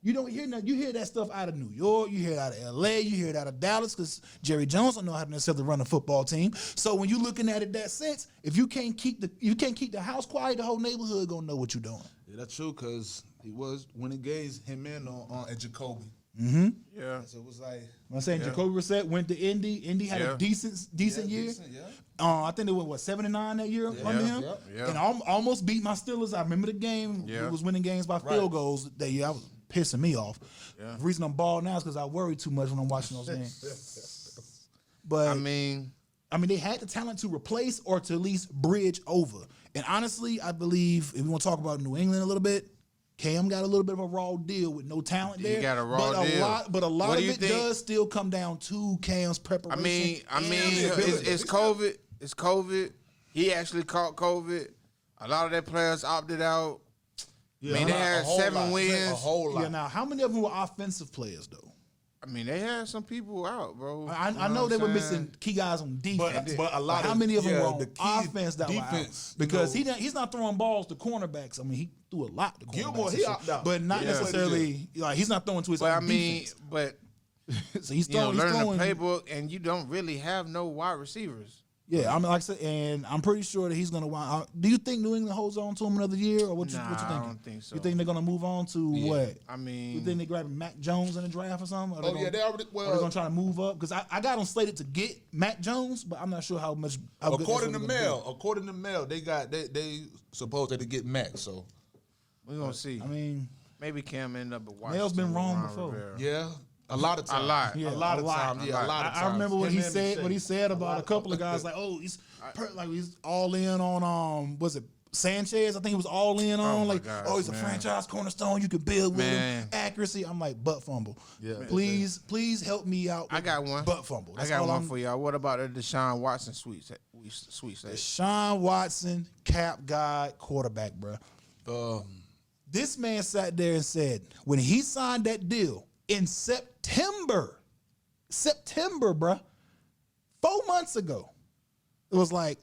You don't hear nothing. You hear that stuff out of New York. You hear it out of L.A. You hear it out of Dallas because Jerry Jones don't know how to necessarily run a football team. So when you're looking at it that sense, if you can't keep the you can't keep the house quiet, the whole neighborhood gonna know what you're doing. Yeah, that's true, cause he was when it gave him in on, on at Jacoby. yeah, So it was like I'm saying Jacoby Brissett went to Indy. Indy had Yeah. a decent decent Yeah, year. decent, yeah. Uh, I think they went what 79 that year under him, yeah, yeah. and al- almost beat my Steelers. I remember the game. Yeah. We was winning games by field goals that year. I was pissing me off. The reason I'm bald now is because I worry too much when I'm watching those games. But I mean, I mean, they had the talent to replace or to at least bridge over. And honestly, I believe if we want to talk about New England a little bit, Cam got a little bit of a raw deal with no talent He there. got a raw but deal. A lot, but a lot What of do you it think- does still come down to Cam's I preparation. mean, I and mean, it's, ability. it's COVID. It's COVID. He actually caught COVID. A lot of their players opted out. I mean, they a lot- a had whole seven lot, wins. a whole lot. yeah. Now, how many of them were offensive players though? I mean, they had some people out, bro. I, I You know, what they I'm were saying? missing key guys on defense, But- but a lot how of- many of them yeah, were on the key offense that defense, were out? because you he not, he's not throwing balls to cornerbacks. I mean, he threw a lot to cornerbacks, Gilmore, and he shit, opted out. but not Yeah. necessarily like he's not throwing to his But I own mean, defense. but So he's you know, throwing, he's learning throwing. the playbook, and you don't really have no wide receivers. Yeah, I mean, like I said, and I'm pretty sure that he's gonna. Wind, uh, do you think New England holds on to him another year, or what you Nah, what you I thinking? don't think so. You think they're gonna move on to what? I You think mean, they grabbing Mac Jones in the draft or something? Are Oh gonna, yeah, they already are they well gonna try to move up? Because I, I got them slated to get Mac Jones, but I'm not sure how much. How good that's according to really gonna Mel, according to Mel, they got they they supposed to get Max. So we're gonna see. be. I mean, Maybe Cam end up at Washington. Mel's been with wrong Ron before. Rivera. yeah, a lot of time. lot. a Yeah, lot a of lot. time. Yeah, a lot of I, time. I remember what he said. What he said about a couple of guys, like oh, he's per, like he's all in on um, was it Sanchez? I think he was all in on my like gosh, oh, he's man. a franchise cornerstone. You could build with him Man. accuracy. I'm like butt fumble. Yeah, please, please help me out. I with got one. butt fumble. I That's got all one I'm- for y'all. What about the Deshaun Watson sweet sa- we- sweet station? Deshaun Watson, cap guy, quarterback, bruh. Um, This man sat there and said when he signed that deal in September, September, bruh, four months ago, it was like,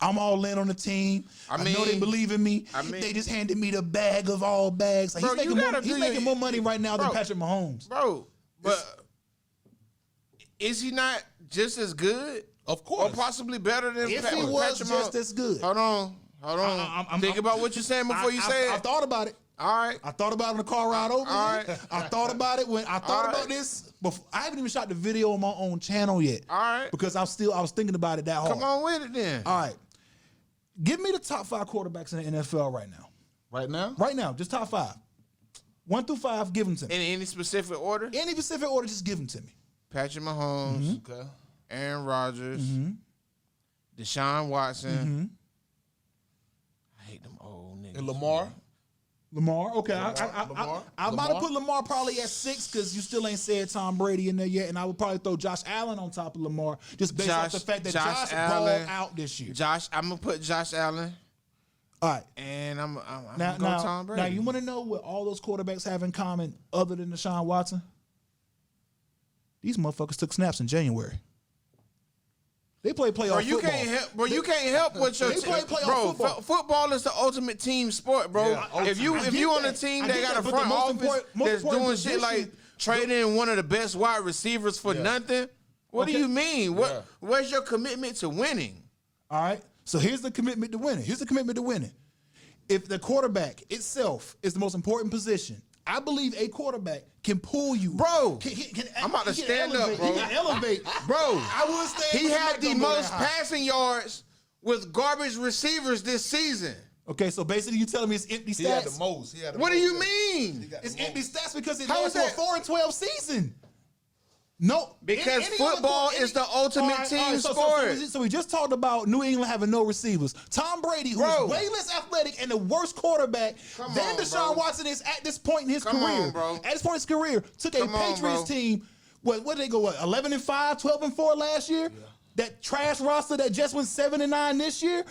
I'm all in on the team. I, I know they mean- believe in me. I mean- they just handed me the bag of all bags. Like, Bro, he's you making, more, gotta he's do making your- more money right now than Bro. Patrick Mahomes. bro. But is he not just as good, Of or course. possibly better than If Pat- he was Patramon. just as good. Hold on, hold on. I- I'm- I'm- Think I'm- about what you're saying before you I, say I, I it. thought about it. All right, I thought about it in the car ride over. All here. right. I thought about it when I thought All about right. this before. I haven't even shot the video on my own channel yet. All right. Because I'm still I was thinking about it that hard. come on with it then. All right. Give me the top five quarterbacks in the NFL right now. Right now? Right now, just top five. One through five, give them to me. In any specific order, Any specific order, just give them to me. Patrick Mahomes, Mm-hmm. Hmm? Okay. Aaron Rodgers, Deshaun Watson. Mm-hmm. I hate them old niggas. And Lamar? Lamar, okay. I, I, I, Lamar? I, I might have Lamar? put Lamar probably at six because you still ain't said Tom Brady in there yet, and I would probably throw Josh Allen on top of Lamar just based Josh- off the fact that Josh Josh, balled Allen. out this year. Josh, I'm gonna put Josh Allen, All right. and I'm I'm, I'm Now, gonna go now, Tom Brady. now you want to know what all those quarterbacks have in common other than Deshaun Watson? These motherfuckers took snaps in January. They play playoff Bro, you football. can't help. Bro, you can't help what your They play team- playoff bro. football. fo- football is the ultimate team sport, bro. Yeah, if you I if get you on a that. team I that get got that, a but the front most office important- most that's doing important shit like position- trading one of the best wide receivers for Yeah. nothing, what do Okay. you mean? What Yeah. where's your commitment to winning? All right. So here's the commitment to winning. Here's the commitment to winning. If the quarterback itself is the most important position, I believe a quarterback can pull you, Bro, Can, can, can, I'm about to he can stand up, elevate, bro. He can elevate, Bro, I would stand. He but had not the gonna go that most high. passing yards with garbage receivers this season. Okay, so basically, you telling me it's empty He had stats? the most. He had the What do most. you mean? got It's the empty most. stats because it How led is to a that? four and twelve season. No, Because any- any football other- is the ultimate team so- so- So, sport. we just- so we just talked about New England having no receivers. Tom Brady, who's Bro. way less athletic and the worst quarterback Come than on, Deshaun bro. Watson is at this point in his Come career. on, bro. At this point in his career, took a Come on, Patriots bro. team. What what did they go? What eleven and 5, 12 and four last year? That trash roster that just went seven and nine this year.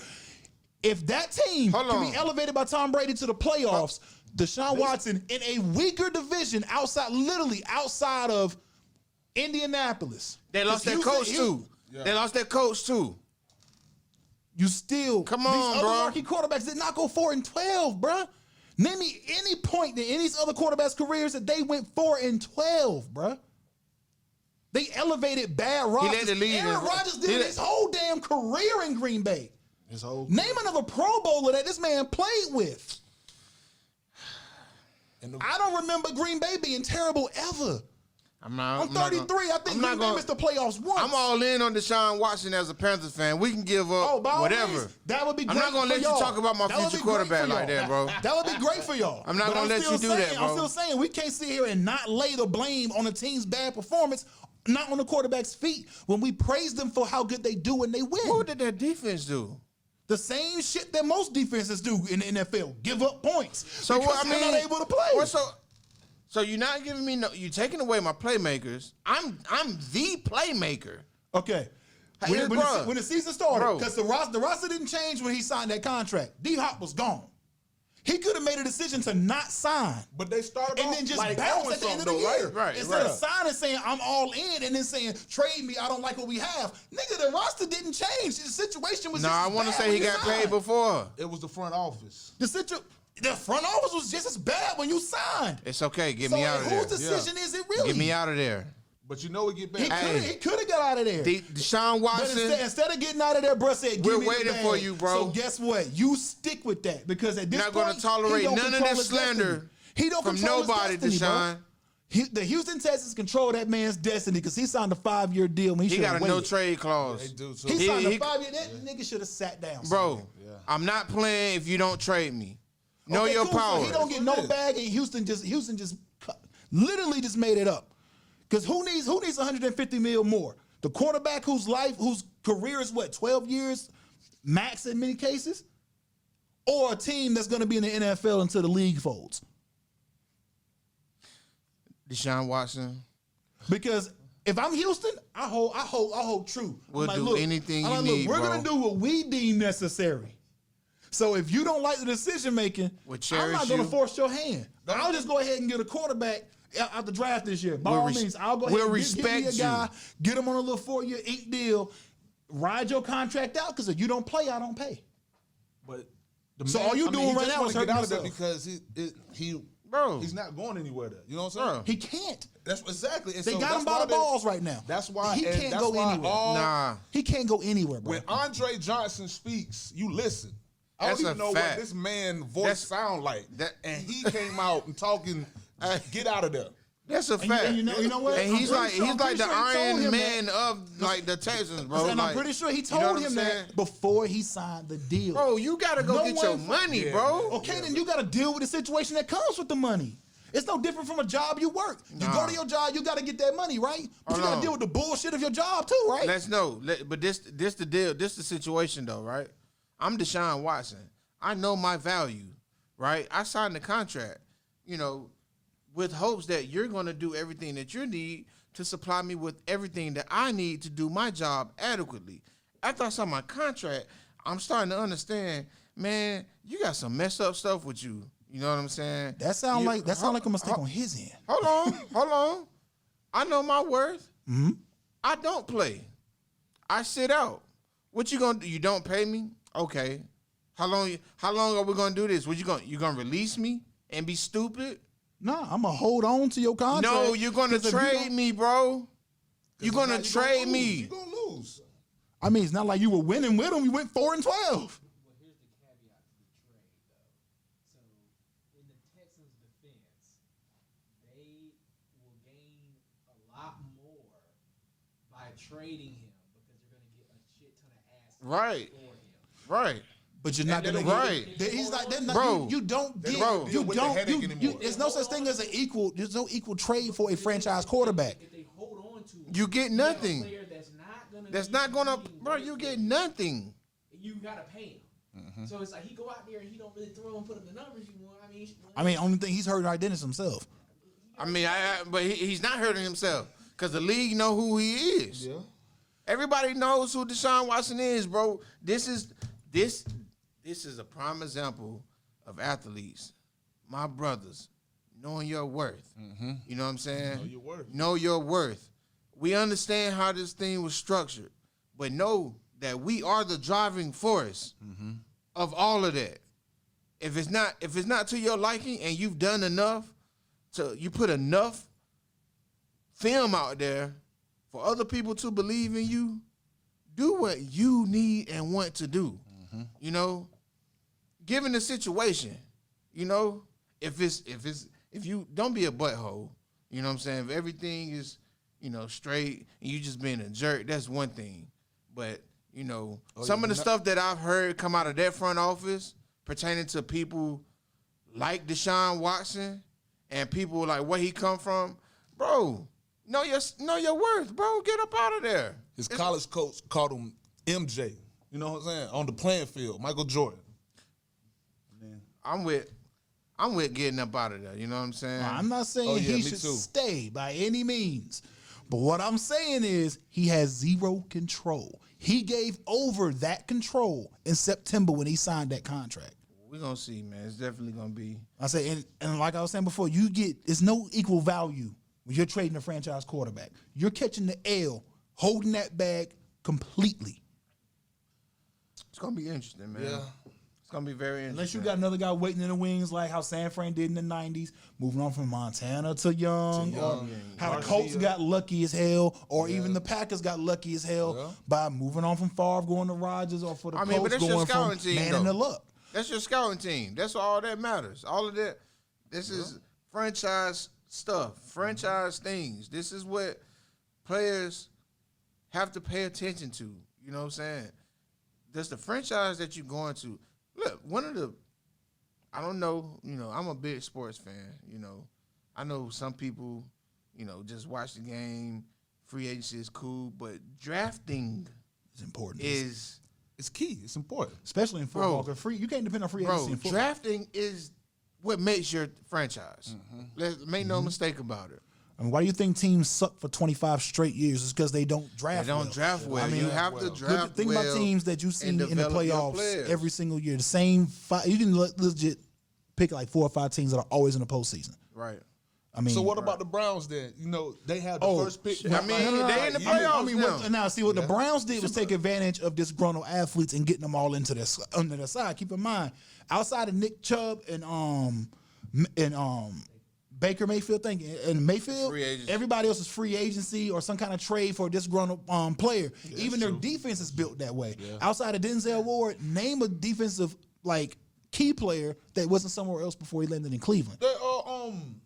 If that team Hold can on. be elevated by Tom Brady to the playoffs, Deshaun Watson in a weaker division outside, literally outside of Indianapolis. They lost their Because coach Houston- too. They lost their coach too. You still Come these on, other bro. marquee quarterbacks did not go four and twelve, bruh. Name me any point in any other quarterbacks' careers that they went four and twelve, bruh. They elevated bad Rodgers. the league Aaron in- Rodgers did he it led- his whole damn career in Green Bay. His whole Name another Pro Bowler that this man played with. and the, I don't remember Green Bay being terrible ever. I'm not. I'm, not 33. gonna- I think I'm not Green Bay gonna- missed the playoffs once. I'm all in on Deshaun Watson as a Panthers fan. We can give up Oh, by all whatever. means, that would be. I'm Great not gonna for let you y'all. talk about my That would future be great quarterback for like y'all. that, bro. That would be great for y'all. I'm not But gonna let still you do that, saying- I'm bro. still saying we can't sit here and not lay the blame on the team's bad performance, not on the quarterback's feet when we praise them for how good they do when they win. What did their defense do? the same shit that most defenses do in the NFL: give up points. So because what I they're mean, not able to play. Well, so, so you're not giving me no. You're taking away my playmakers. I'm I'm the playmaker. Okay. When, Hey, when the, bruh. se- when the season Bro. started, because the roster, the roster didn't change when he signed that contract. D Hop was gone. He could have made a decision to not sign but they started and off then just like bounce doing at the end of the something, though, year. Right, Right, Instead of right. signing saying, I'm all in, and then saying, trade me, I don't like what we have. Nigga, the roster didn't change. The situation was No, just I as want to bad say when he you got signed. paid before. It was the front office. The, situ- the front office was just as bad when you signed. It's okay. Get so me out of there. whose decision is it really? Get me out of there. But you know it get He better. Hey. could have got out of there. De- Deshaun But Watson. instead, instead of getting out of there, bro said, Give We're me the waiting bag." for you, bro. So guess what? You stick with that because at this Not point, gonna tolerate he don't none of control that his slander destiny. He don't from control his nobody, destiny, bro. Deshaun. He, the Houston Texans control that man's destiny because he signed a five year deal. When he he should've got a no waited. trade clause. They do too. He, He- signed he- a five year. That nigga should have sat down, Bro, Yeah. I'm not playing if you don't trade me. Know Okay, your cool. So power. he don't get no bag, and Houston just Houston just cut- literally just made it up. Because who needs who needs 150 mil more? The quarterback whose life whose career is what 12 years max in many cases, or a team that's going to be in the NFL until the league folds. Deshaun Watson. Because if I'm Houston, I hold I hold I hold true. I'm We'll do anything you need, We're bro." gonna do what we deem necessary. So if you don't like the decision making, We'll I'm cherish not gonna you. force your hand. I'll just go ahead and get a quarterback out out the draft this year. By We'll all res- means, I'll go ahead we'll and get- get me a respect you. guy, get him on a little four year ink deal, ride your contract out because if you don't play, I don't pay. But the So all you doing he right just now wanna is get hurting out of there yourself. because he it, he bro. He's not going anywhere. There, you know what I'm Bro. saying? He can't. That's exactly. And They so got that's him by why the they- balls right now. That's why he and can't that's go why anywhere. all- nah, He can't go anywhere, bro. When Andre Johnson speaks, you listen. I That's don't a even know fact. what this man voice That's- sound like. that- and he came out and talking, get out of there. that's a and you, fact. and you know, you know what? And I'm he's pretty like sure- he's I'm like pretty the sure he told Iron him that. Man of like the Texans, bro. and Like, I'm pretty sure he you know told what I'm him saying? that before he signed the deal. Bro, you gotta go No get your one- money, Yeah, bro. man. Okay, then you got to deal with the situation that comes with the money. It's no different from a job you work. You Nah. go to your job, you got to get that money, right? But Hold you got on. to deal with the bullshit of your job too, right? Let's know. Let, but this this the deal. This the situation though, right? I'm Deshaun Watson. I know my value, right? I signed the contract, you know, with hopes that you're going to do everything that you need to supply me with everything that I need to do my job adequately. After I signed my contract, I'm starting to understand, man. You got some messed up stuff with you. You know what I'm saying? that sound You- like that sound Hold- like a mistake on his end. Hold on, hold on. I know my worth. I don't play. I sit out. What you gonna do? You don't pay me? Okay. How long? How long are we gonna do this? What you gonna you gonna release me and be stupid? Nah, I'm gonna hold on to your contract. No, you're gonna 'cause if you trade don't- me, bro. You're gonna Now you trade lose. me. You gonna lose. I mean, it's not like you were winning with him. You went four and twelve. Well, here's the caveat to the trade, though. So, in the Texans' defense, they will gain a lot more by trading him because they're going to get a shit ton of assets Right. for him. Right. But you're not And they gonna don't get- right. They- He's like, they're not, Bro. you, you don't get. don't you deal with the don't. headache You, you, anymore. there's no such thing as an equal. There's no equal trade for a franchise quarterback. If they hold on to him, You get you got a nothing. player that's not going to. That's not gonna, bro. You get nothing. You got to pay him. So it's like he go out there and he don't really throw and put up the numbers you want. I mean, he- I mean, only thing he's hurting our dentist himself. I mean, I, I- but he, he's not hurting himself because the league know who he is. Everybody knows who Deshaun Watson is, bro. This is this this is a prime example of athletes, my brothers, knowing your worth. You know what I'm saying? Mm-hmm. Know your worth. Know your worth. We understand how this thing was structured, but know that we are the driving force of all of that. If it's not if it's not to your liking and you've done enough to you put enough film out there for other people to believe in you, do what you need and want to do. You know, given the situation, you know, if it's if it's if you don't be a butthole, you know what I'm saying. If everything is you know straight and you just being a jerk, that's one thing. But you know, Oh, some yeah, of the not- stuff that I've heard come out of that front office pertaining to people like Deshaun Watson and people like where he come from, bro. Know your know your worth, bro. Get up out of there. His college coach called him MJ. You know what I'm saying? On the playing field, Michael Jordan. I'm with I'm with getting up out of there. You know what I'm saying? I'm not saying Oh, yeah, he me should too. stay by any means. But what I'm saying is he has zero control. He gave over that control in September when he signed that contract. We're gonna see, man. It's definitely gonna be I say, and, and like I was saying before, you get it's no equal value when you're trading a franchise quarterback. You're catching the L, holding that bag completely. it's gonna be interesting, man. Yeah. It's gonna be very interesting. Unless you got another guy waiting in the wings, like how San Fran did in the '90s, moving on from Montana to Young, or how the Colts got lucky as hell, or even the Packers got lucky as hell Yeah. by moving on from Favre, going to Rodgers, or for the I mean, but Colts that's your going scouting from team, Manning though. to Luck. That's your scouting team. That's all that matters. All of that. This is franchise stuff, franchise things. This is what players have to pay attention to. You know what I'm saying? That's the franchise that you're going to. Look, one of the, I don't know, you know, I'm a big sports fan. You know, I know some people, you know, just watch the game. Free agency is cool, but drafting It's important, is, It's key. It's important. especially in Bro. football. 'cause free, you can't depend on free bro, agency in football. drafting is what makes your franchise. Mm-hmm. Let's make no mistake about it. I mean, why do you think teams suck for 25 straight years? It's because they don't draft. They don't well. draft well. I mean, you have well. to Look, draft think well about teams that you see in and the develop your playoffs players. every single year. The same five. You can le- legit pick like four or five teams that are always in the postseason. Right. I mean, So what about the Browns then? You know, they had the Oh, first pick. shit. I Like, mean, no, no, no, they in the you- playoffs. I mean, what, now. now see what the Browns did was take advantage of disgruntled athletes and getting them all into their s- under their side. Keep in mind, outside of Nick Chubb and um M- and um Baker Mayfield thing and Mayfield. Free agency. Everybody else is free agency or some kind of trade for a disgruntled um, player. Even their defense is built that way. Outside of Denzel Ward, name a defensive like key player that wasn't somewhere else before he landed in Cleveland. That uh, um,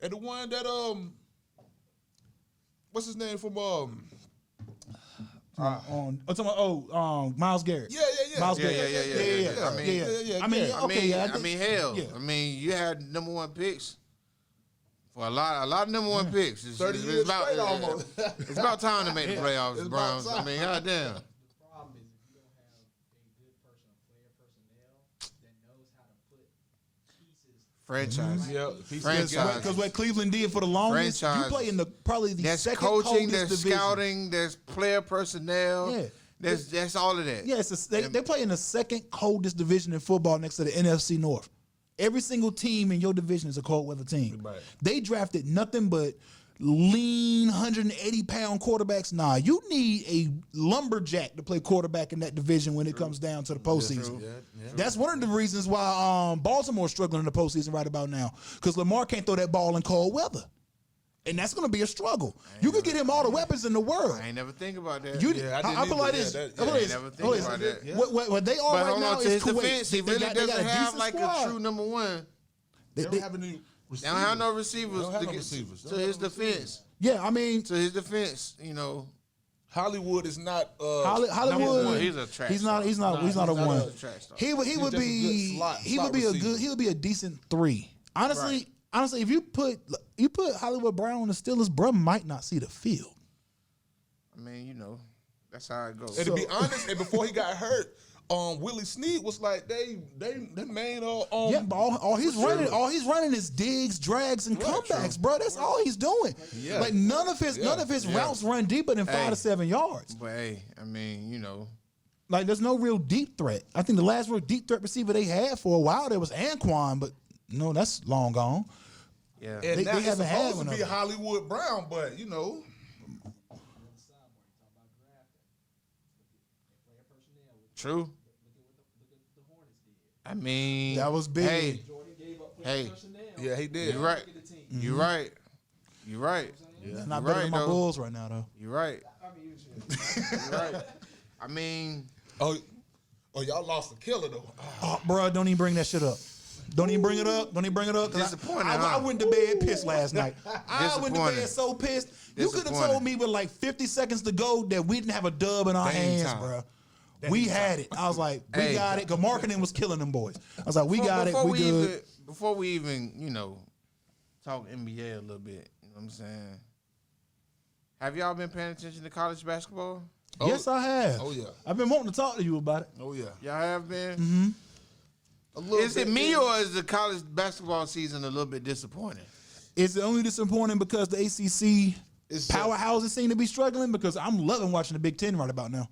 and the one that um, what's his name from um, on, I'm talking about, oh, um, Miles Garrett. yeah, yeah, yeah, Miles Yeah, Garrett. yeah, yeah, yeah, yeah. I yeah, mean- yeah, Yeah, yeah, I mean, yeah. I okay, mean, yeah. I think- mean, hell, yeah. I mean, you had number one picks for a lot, a lot of number one picks. It's, 30 it's years about, straight yeah. almost. It's about time to make the playoffs, it's the about Browns. I mean, goddamn. The problem is if you don't have a good person, player personnel that knows how to put pieces. Mm-hmm. Franchise. yeah. He said- Franchise. Because what, Cleveland did for the longest, Franchise. you play in the probably the That's second coaching, coldest there's division. scouting, there's player personnel. Yeah. That's that's all of that. Yeah, it's a, they, they play in the second coldest division in football next to the NFC North. Every single team in your division is a cold weather team. Right. They drafted nothing but lean 180 pound quarterbacks. Nah, you need a lumberjack to play quarterback in that division when it comes down to the postseason. That's one of the reasons why um, Baltimore's struggling in the postseason right about now because Lamar can't throw that ball in cold weather. And that's going to be a struggle. You could get him all the weapons in the world. I ain't never think about that. You, Yeah, I I, didn't I, either. feel like Yeah, this. that- I feel yeah. like this- I never I think feel like about this- that. What, what, what they are but right hold now on to is his Kuwait. defense. He They really got- they got doesn't a have decent like squad. a true number one. They- They don't they- have any receivers. They don't have no receivers They don't have to, no get- receivers. They to don't have his no receivers. defense. yeah, I mean, To his defense, you know, Hollywood is not. Uh, Holly- Hollywood. one. He's a trash He's not. star. He's not. Nah, he's not a he's not one. a trash star. he would. He He's would just a be. good slot- he slot would be a receiver. good. He would be a decent three. Honestly, honestly, if you put you put Hollywood Brown on the Steelers, bro, might not see the field. I mean, you know, that's how it goes. And to be So- honest, and before he got hurt, um, Willie Snead was like they they they made uh, um Yeah, but all, all he's running, all he's running is digs, drags, and comebacks, bro. That's all he's doing. Yeah. Like none of his none Yeah, of his yeah. routes run deeper than five Hey. to seven yards. But hey, I mean, you know, Like there's no real deep threat. I think the last real deep threat receiver they had for a while there was Anquan, but no, that's long gone. yeah. and They- now they it's haven't had supposed one to of be them. Hollywood Brown, but you know True. I mean, That was big. Hey, Jordan gave up player Hey. personnel. yeah he did you're right. Look at the team. You're right. You're right. That's Mm-hmm. not You're better right, than my though. Bulls right now though. You're right. I mean, you should. You're right. I mean, oh oh y'all lost a killer though Ah, Oh, bro, don't even bring that shit up. Don't even bring it up. Don't even bring it up. 'cause I- Disappointing, I, I, huh? went to bed pissed last night. I went to Disappointing. bed so pissed. You could have told Disappointing. me with like 50 seconds to go that we didn't have a dub in our Game hands, time. bro. we had it. I was like, we Hey. got it. Marketing was killing them boys. I was like, we got it. before We, good. even before we even you know talk NBA a little bit. You know what I'm saying? Have y'all been paying attention to college basketball? Oh. Yes, I have. Oh, yeah. I've been wanting to talk to you about it. oh yeah Y'all have been. Mm-hmm. a little Is it bit. me or is the college basketball season a little bit disappointing? It's only disappointing because the ACC It's- powerhouses seem to be struggling because I'm loving watching the Big Ten right about now.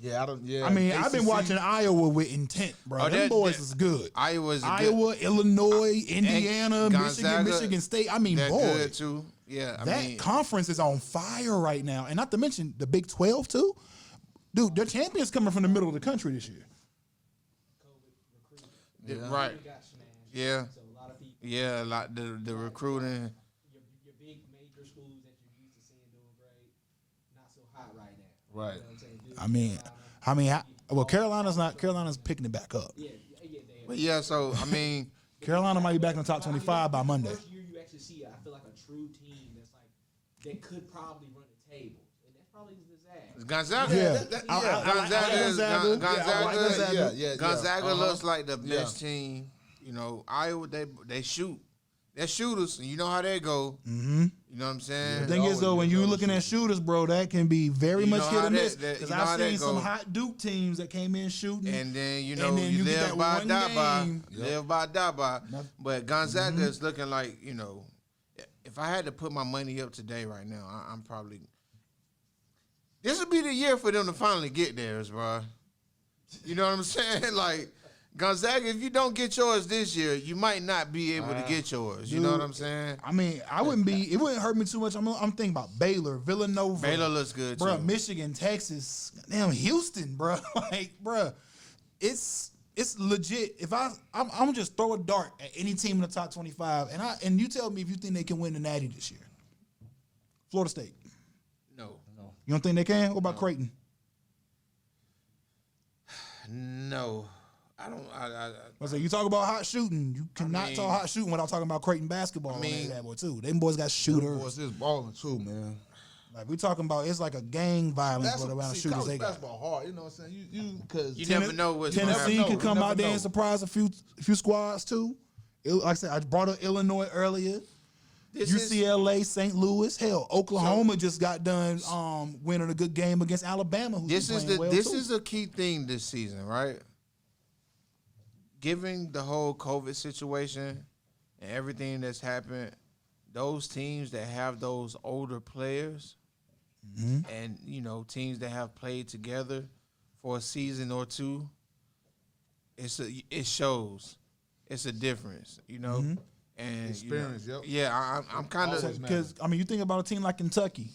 yeah I don't yeah I mean, I've been ACC. watching Iowa with intent, bro. Oh, Them that- boys that- is good. Iowa's a good- Iowa, Illinois, Indiana, Gonzaga, Michigan, Michigan State. I mean, They're boy, good too. Yeah, I that mean, conference is on fire right now, and not to mention the Big Twelve too. Dude, their champions coming from the middle of the country this year. COVID recruiting. th- right. We got smashed. Yeah, So a lot of people, yeah. Like the the recruiting. your, your big major schools that you're used to seeing doing great, not so hot right now. Right. You know what I'm I saying? Dude, mean, I mean, I, well, Carolina's not. Carolina's picking it back up. yeah, yeah, yeah, they But yeah, so I mean, Carolina might be back in the top twenty-five by Monday. First year you actually see, I feel like a true team that's like that could probably run the table, and that's probably the Zag. Gonzaga. Yeah, that- I- I- I like- I like Gonzaga is- Gonzaga. Gon- Yeah, I like Gonzaga- Gonzaga. yeah yeah Gonzaga yeah. Uh-huh. looks like the Yeah. best team. You know, Iowa they they shoot. They're shooters, and you know how they go. Mm-hmm. You know what I'm saying? Thing is though, when you're looking at shooters, bro, that can be very You much know hit how or that- miss. that- Because you know how I've that seen some go. hot Duke teams that came in shooting. and then you Mm. know And then you, you get live that by one die by, game. Yep. live by die by. Nothing. But Gonzaga Mm-hmm. is looking like you know, if I had to put my money up today right now, I, I'm probably this would be the year for them to finally get theirs, bro. You know what I'm saying? Like Gonzaga, if you don't get yours this year, you might not be able Ah. to get yours. You know what dude, I'm saying? I mean, I wouldn't be. It wouldn't hurt me too much. I'm, I'm thinking about Baylor, Villanova, Baylor looks good too. bro, Michigan, Texas, damn Houston, bro. like, bro, it's it's legit. If I I'm, I'm gonna just throw a dart at any team in the top 25, and I and you tell me if you think they can win the Natty this year. Florida State. No, no, You don't think they can? What about Creighton? no. I don't. I, I, I- I say you talk about hot shooting. You cannot mean- talk hot shooting without talking about Creighton basketball. I mean- mean, that boy too. Them boys got shooters. Boys, this balling too, man. Like we talking about, it's like a gang violence That's going around what, see, shooters. college They got. basketball hard. You know what I'm saying? You, you, cause you ten- never know what's gonna happen. Tennessee know. could You come never out there know. and surprise a few a few squads too. It- like I said, I brought up Illinois earlier. This is- UCLA, St. Louis, hell, Oklahoma just got done um, winning a good game against Alabama. this Who's been is playing the well, this too. is a key thing this season, right? Given the whole COVID situation and everything that's happened, those teams that have those older players Mm-hmm. and you know teams that have played together for a season or two, it's a, it shows. It's a difference, you know. Mm-hmm. And you know, Experience, yep. yeah, I, I'm, I'm kind Always of matters. because I mean, you think about a team like Kentucky,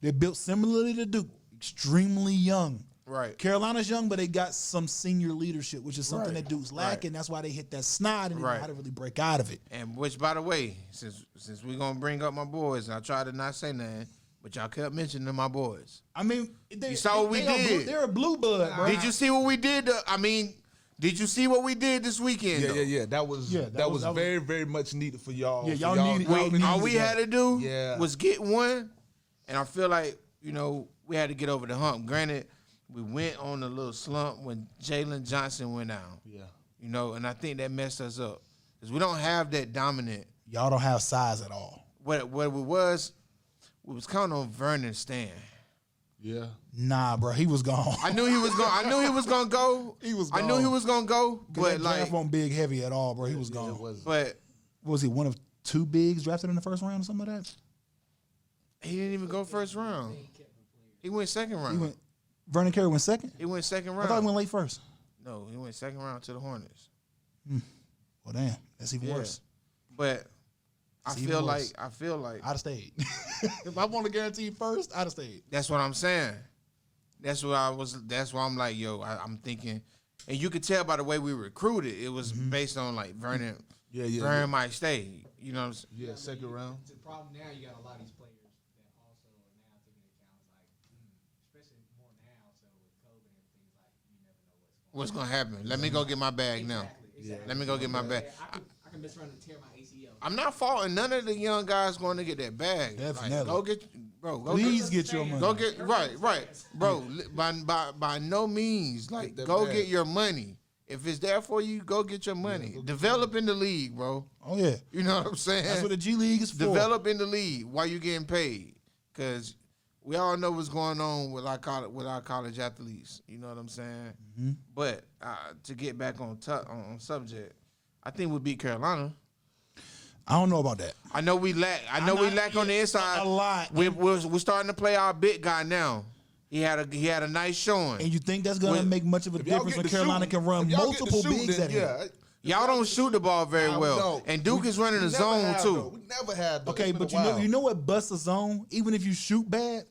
they're built similarly to Duke, extremely young. right. Carolina's young, but they got some senior leadership, which is something Right. that Duke's Right. lacking. That's why they hit that snide and they Right. know how to really break out of it. And which, by the way, since since we gonna bring up my boys, and I tried to not say nothing, but y'all kept mentioning my boys. I mean, they, You saw what we they are blue- did. they're a blue blood, bro. Did you see what we did? To, I mean, did you see what we did this weekend? Yeah, though? yeah, yeah. That was Yeah, that, that was, was- that was- very, very much needed for y'all. Yeah, for y'all needed- We- y'all needed all we had that. to do Yeah. was get one, and I feel like you know we had to get over the hump. Granted, we went on a little slump when Jalen Johnson went out. Yeah. You know, and I think that messed us up because we don't have that dominant. Y'all don't have size at all. What what we was, we was counting on Vernon Stan. Yeah. Nah, bro, he was gone. I knew he was going. I knew he was going to go. He was I knew he gone. was going to go. But But like, draft on big heavy at all, bro. He was Yeah, gone. it was. but What was he one of two bigs drafted in the first round or something like that? he didn't even go first round. He went second round. He went. Vernon Carey went second. He went second I thought he round. went late first. no, he went second round to the Hornets. Well, damn, that's even Yeah. worse. But I It's even feel like worse. I feel like I'd have stayed. if I want to guarantee first, I'd have stayed. that's what I'm saying. That's what I was. That's why I'm like, yo, I, I'm thinking, and you could tell by the way we recruited, it was Mm-hmm. based on like Vernon. Yeah, yeah, Vernon yeah. might stay. You know what I'm saying? Yeah, second round. The problem now, you got a lot of these players that also are now taking accounts like, hmm, especially more now. So with COVID and everything, like you never know what's going. What's gonna happen? Let me go get my bag now. Exactly, exactly. Let me go get my bag. I can, I can mess around and tear my ACL. I'm not faulting none of the young guys going to get that bag. Like, Definitely. go get, bro. Go Please get, get your money. go get right, right, bro. li- By by by no means, like Get that go bag. get your money. If it's there for you, go get your money. Develop in the league, bro. Oh yeah, You know what I'm saying? that's what the G League is for. Develop in the league while you're getting paid, because we all know what's going on with our college with our college athletes. You know what I'm saying? But uh, to get back on, tu- on on subject, I think we beat Carolina. I don't know about that. I know we lack. I know I'm we not- lack on the yeah, inside a lot. We're, we're, we're starting to play our big guy now. He had a he had a nice showing. And you think that's gonna Well, make much of a If y'all difference get when to Carolina shooting- can run if y'all get to multiple shooting, bigs then at him? yeah. Y'all don't shoot the ball very I well, don't. and Duke is running We the never zone had though. too. We never had. though. Okay, It's been but a you know while. you know what busts a zone? Even if you shoot bad,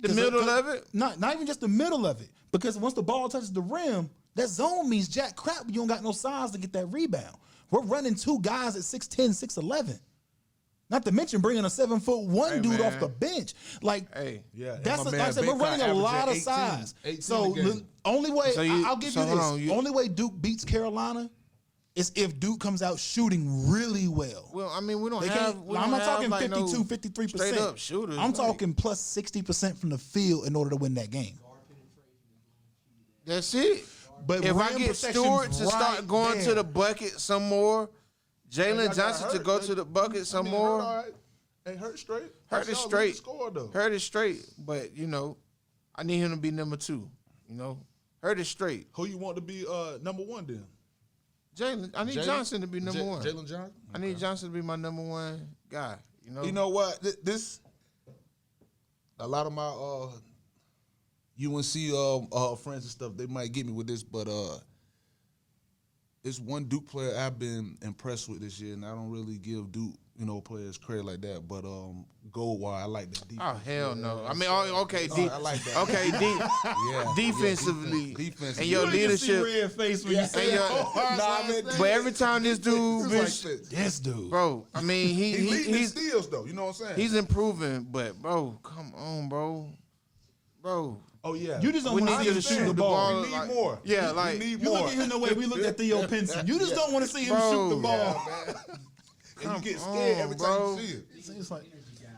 The 'Cause- uh, middle 'cause- of it? Not not even just the middle of it, because once the ball touches the rim, that zone means jack crap. You don't got no size to get that rebound. We're running two guys at 6'10", 6'11". Not to mention bringing a seven foot one Hey, dude off man. the bench. Like Hey. Yeah, and that's my a, like man I said, we're Baycott running a lot of averaging 18 size. 18 so a game. the only way So you- I, will give so you hold this. on, you- only way Duke beats Carolina is if Duke comes out shooting really well. Well, I mean, we don't They have. can't, We I'm don't not have, talking like, 52, no 53 percent. Straight up shooters. I'm Like, talking plus 60 percent from the field in order to win that game. That's it. But If I rim get protection's Stewart to start right going to there. the bucket some more, Y'all Jalen got Johnson to hurt. go to the bucket I some mean, more, Hurt, all right. They hurt straight. Hurt is That's y'all leading straight. Score though. Hurt is straight, but you know, I need him to be number two. You know, Hurt is straight. Who you want to be uh, number one then? Jalen, I need Jalen- Johnson to be number Ja- one. Jalen Johnson. I need Johnson to be my number one guy. You know, You know what? Th- This a lot of my uh UNC uh, uh friends and stuff, they might get me with this, but uh it's one Duke player I've been impressed with this year, and I don't really give Duke you know, players credit like that. But um, goal wise, I like the defense. Oh hell no! I mean, oh, okay, Oh, de- I like that. okay, de- yeah, defensively, yeah, defense, and your defense. leadership. red face when you And say your, Nah, I mean, but every time this dude, been, It's like this. This dude. bro, I mean, he, He, he leading he's the steals though. You know what I'm saying? he's improving, but bro, come on, bro, bro, oh yeah. You just don't We want to need see him to shoot shoot the the ball. ball. we need like- more. yeah, We like- need You more. look at him the way we looked at Theo Pinson. You just don't want to see him Bro. shoot the ball. and you get Come scared on, every bro. time you see him. It's like,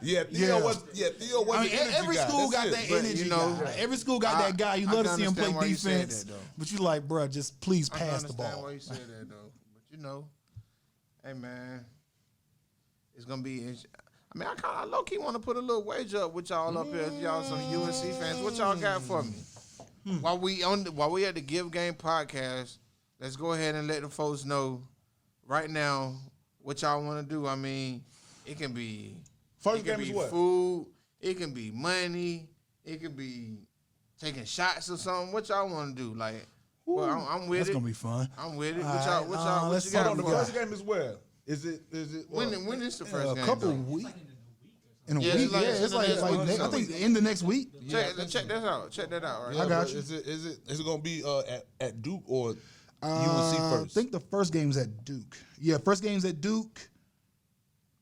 Yeah, Theo Yeah. was. Yeah, Theo was. I mean, the e- energy every guy. school That's got it. that But, energy. you know, guy. Every school got I- that guy. You I love to can see him play understand why you said defense, that, though. but you like, bruh, just please I can pass the understand ball. why you said that though, but you know, hey man, it's gonna be. in- I mean, I kind of low key want to put a little wage up with y'all up here, y'all some UNC fans. What y'all got for me? Hmm. While we on, the, while we at the Give Game podcast, let's go ahead and let the folks know right now what y'all want to do. I mean, it can be First it can game be is what? food, it can be money, it could be taking shots or something. What y'all want to do? Like, well, I'm, I'm with That's it. gonna be fun. I'm with it. What All y'all, right, what uh, y'all, what let's you talk got? on The for us? first game is where? Is it? Is it? uh, When, well, when is the first A game? couple though? weeks. In a Yeah, it's week, like- yeah, it's it's in the like, next like month or ne- I something. think in the next week. Check, check that out. Check that out. Right. Yeah, I got but you. Is it? Is it? Is it gonna be uh, at at Duke or Uh, UNC I first? think the first game's at Duke. Yeah, first game's at Duke,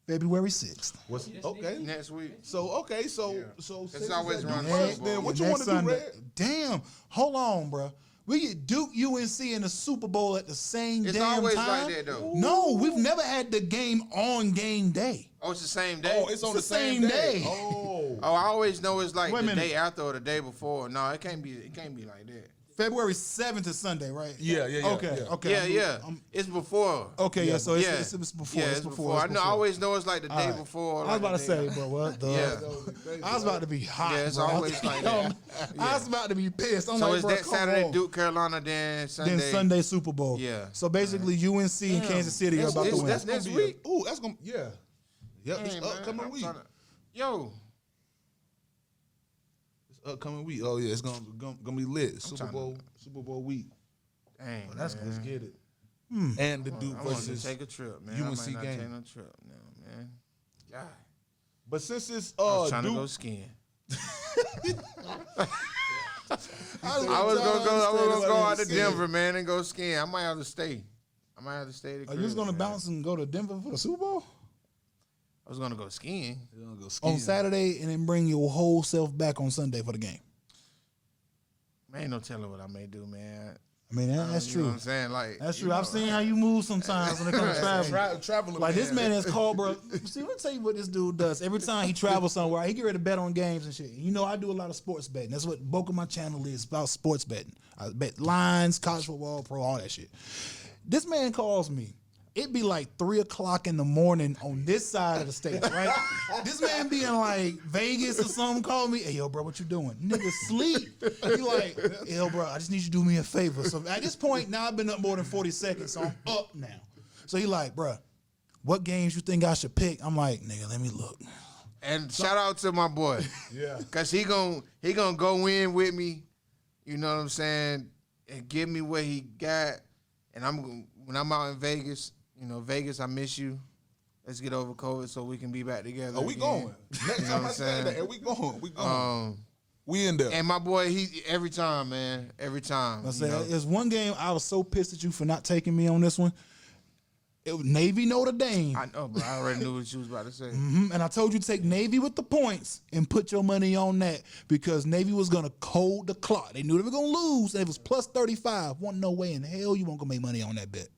February sixth. What's, okay. Next week. So okay. So so since always at Duke around the first, Super Bowl. Then what The you want to next do, Sunday- Red? Damn, hold on, bruh. We get Duke, UNC, and the Super Bowl at the same It's damn always time. like that, though. No, we've never had the game on game day. Oh, it's the same day. Oh, it's on the same day. Oh. Oh, I always know it's like Wait a the minute. day after or the day before. No, it can't be. It can't be like that. February seventh is Sunday, right? Yeah, yeah, yeah, Okay, yeah. okay, yeah, I'm- yeah. I'm- it's before. okay, yeah. So it's, yeah. it's, it's before. Yeah, it's before. I it's know. I before. always know it's like the day Alright. before. I was about to like the say, day- bro, what the? Yeah. I was about to be hot. Yeah, it's bro. always like that. I was about to be pissed. I'm So like, it's bro, that come Saturday on. Duke Carolina then Sunday. then Sunday Super Bowl. Yeah. So basically, UNC and Kansas City are That's- about to that's- win. that's- next Gonna be a- week? Ooh, that's gonna yeah. Yep, Hey, it's Oh, man, upcoming I'm week. tryna- Yo, It's upcoming week. Oh yeah, it's gonna gonna, gonna be lit. Super tryna- Bowl Super Bowl week. dang, That's man. let's get it. And the Duke I want to versus take a trip, man. I UNC might not game. Take no trip now, man. God, But since it's Oh, I was uh trying Duke, to go skiing. I I was gonna go. I was gonna go out to understand Denver, man, and go skiing. I might have to stay. I might have to stay. at the Are Oh, you just crib, gonna man. bounce and go to Denver for the Super Bowl I was gonna go skiing. They're gonna go on skiing. Saturday, and then bring your whole self back on Sunday for the game? Man, ain't no telling what I may do, man. I mean, that, Um, that's you true. Know what I'm saying, like, That's you true. I've know, seen how you move sometimes when it comes to traveling. Tra- traveling. Like this man is is called, bro. See, let me tell you what this dude does. Every time he travels somewhere, he get ready to bet on games and shit. You know, I do a lot of sports betting. That's what bulk of my channel is about sports betting. I bet lines, college football, pro, all that shit. This man calls me. It be like three o'clock in the morning on this side of the state, right? this man be in like Vegas or something, call me. Hey, yo, bro, what you doing? Nigga, sleep. He like, yo, bro, I just need you to do me a favor. So at this point, now I've been up more than 40 seconds, so I'm up now. So he like, bruh, what games you think I should pick? I'm like, nigga, let me look. And shout out to my boy, Yeah. cause he gon' he gonna go in with me. You know what I'm saying? And give me what he got. And I'm gon- when I'm out in Vegas. You know, Vegas, I miss you. Let's get over COVID so we can be back together. Are Oh, we again. going? Next You know time what I I'm say that, saying? and we going, we going, Um, we in there. and my boy, he every time, man, every time. I you said, know. there's one game I was so pissed at you for not taking me on this one. It was Navy Notre Dame. I know, but I already knew what you was about to say. Mhm. And I told you to take Navy with the points and put your money on that because Navy was going to cold the clock. They knew they were going to lose. And it was plus 35. Wasn't no way in hell you won't going to make money on that bet.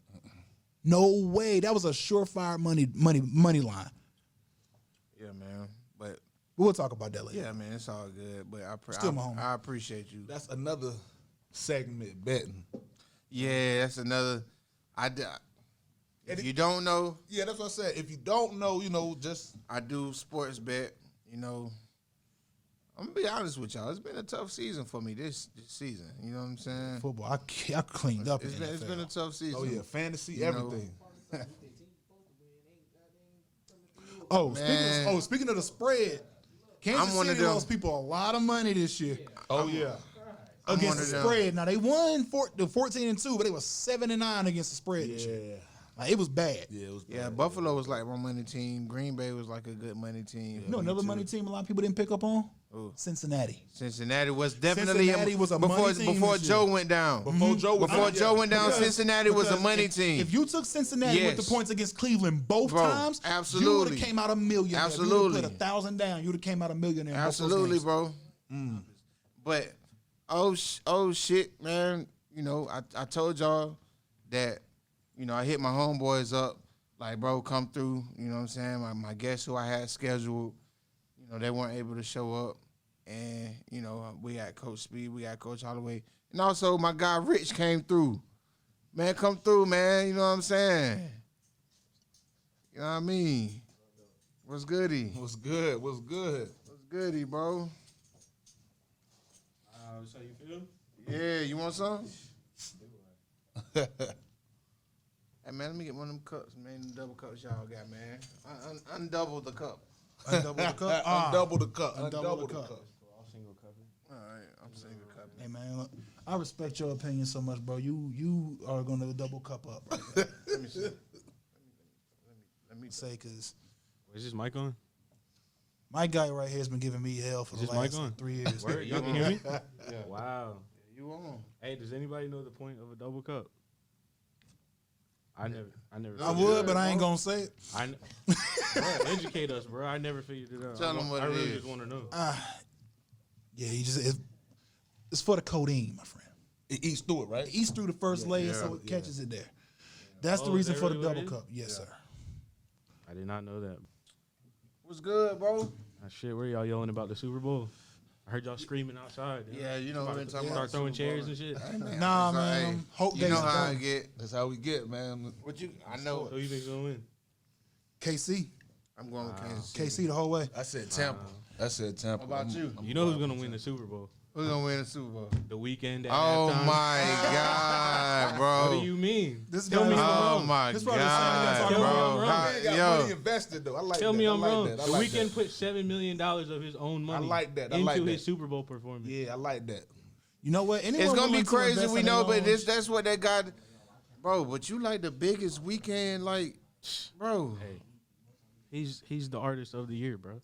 No way. That was a surefire money money money line. Yeah, man. But We'll talk about that later. yeah, man, it's all good. But I pre- Still I, my homie. I appreciate you. That's another segment betting. Yeah, that's another. I d- if you don't know, Yeah, that's what I said. If you don't know, you know, just I do sports bet. You know, I'm gonna be honest with y'all. It's been a tough season for me this, this season. You know what I'm saying? Football. I, c- I cleaned up. It's in been it's NFL. been a tough season. oh yeah, fantasy, You know. everything. Oh, Man. speaking of, oh, speaking of the spread, Kansas I'm one of City them. lost people a lot of money this year Oh yeah, I'm one against the of them. spread. Now they won four, the 14 and two, but they were seven and nine against the spread this year. yeah. Like it was bad. Yeah, it was Yeah, bad. Buffalo was like my money team. Green Bay was like a good money team. You know another money team a lot of people didn't pick up on? Who? Cincinnati. Cincinnati was definitely Cincinnati was a before money team before this Joe year. went down. Before Joe was- before I mean, Joe yeah. went down, Because- Cincinnati was a because money if, team. If you took Cincinnati with Yes. the points against Cleveland both Bro, times, you would absolutely. have came out a millionaire. you would Absolutely. have put a thousand down. You would have came out a millionaire. in both those Absolutely, games. Mm. bro. But oh, sh- oh shit, man. You know, I, I told y'all that you know I hit my homeboys up, like bro, come through. You know what I'm saying? My my guests who I had scheduled, you know, they weren't able to show up, and you know we got Coach Speed, we got Coach Holloway, and also my guy Rich came through. Man, come through, man. You know what I'm saying? You know what I mean? What's goody? What's good? What's good? What's goody, bro? Uh, so you feel? Yeah, you want some? Hey man, let me get one of them cups, man. Them double cups y'all got, man. Un- un- undouble the cup. Undouble the cup. Ah. Double the cup. Undouble Double the the cup. cup. All right, I'm saying the cup. Hey man, look, I respect your opinion so much, bro. You you are gonna double cup up, bro. Let me see. Let me, let me, say because Is this mic on? my guy right here has been giving me hell for Is the this mic last on? three years. Word, y'all can hear me? Yeah. Wow. You on? Hey, does anybody know the point of a double cup? I never, I never. I figured would, it out. but I ain't gonna say it. I, n- Bruh, educate us, bro. I never figured it out. Tell I, 'em wa- what I it really is. Uh. just want to know. Yeah, you just it's, it's for the codeine, my friend. It eats through it, It right? eats through the first layer, so yeah, it catches it there. That's the Oh, is reason that for the really what double it is? cup. Yes, sir. I did not know that. What's good, bro? Ah, shit, where y'all yelling about the Super Bowl? I heard y'all screaming outside. dude. Yeah, you know what I'm About to talking start about. throwing chairs and shit. Nah, It's like, man. hey, hope you days know are how I done. get. That's how we get, man. What you? I know. Who Oh, you think's gonna win? KC, I'm going with Kansas City. KC the whole way. I said Tampa. I said Tampa. How Uh-huh. about you? You know who's gonna win the Super Bowl? Who's gonna win the Super Bowl? The weekend. At Oh halftime. my god, bro! What do you mean? This Tell guy- me I'm oh wrong. my This brother said god, that's bro! all wrong. How- Man, got money yo, invested though. I like Tell that. me I I'm like wrong. That. I the like weekend that. put seven million dollars of his own money. like that. I into like his that. Super Bowl performance. Yeah, I like that. You know what? Anyone It's gonna be willing to crazy, invest we in their know, but own- this that's what they got, bro. But you like the biggest weekend, like, bro. Hey, he's he's the artist of the year, bro.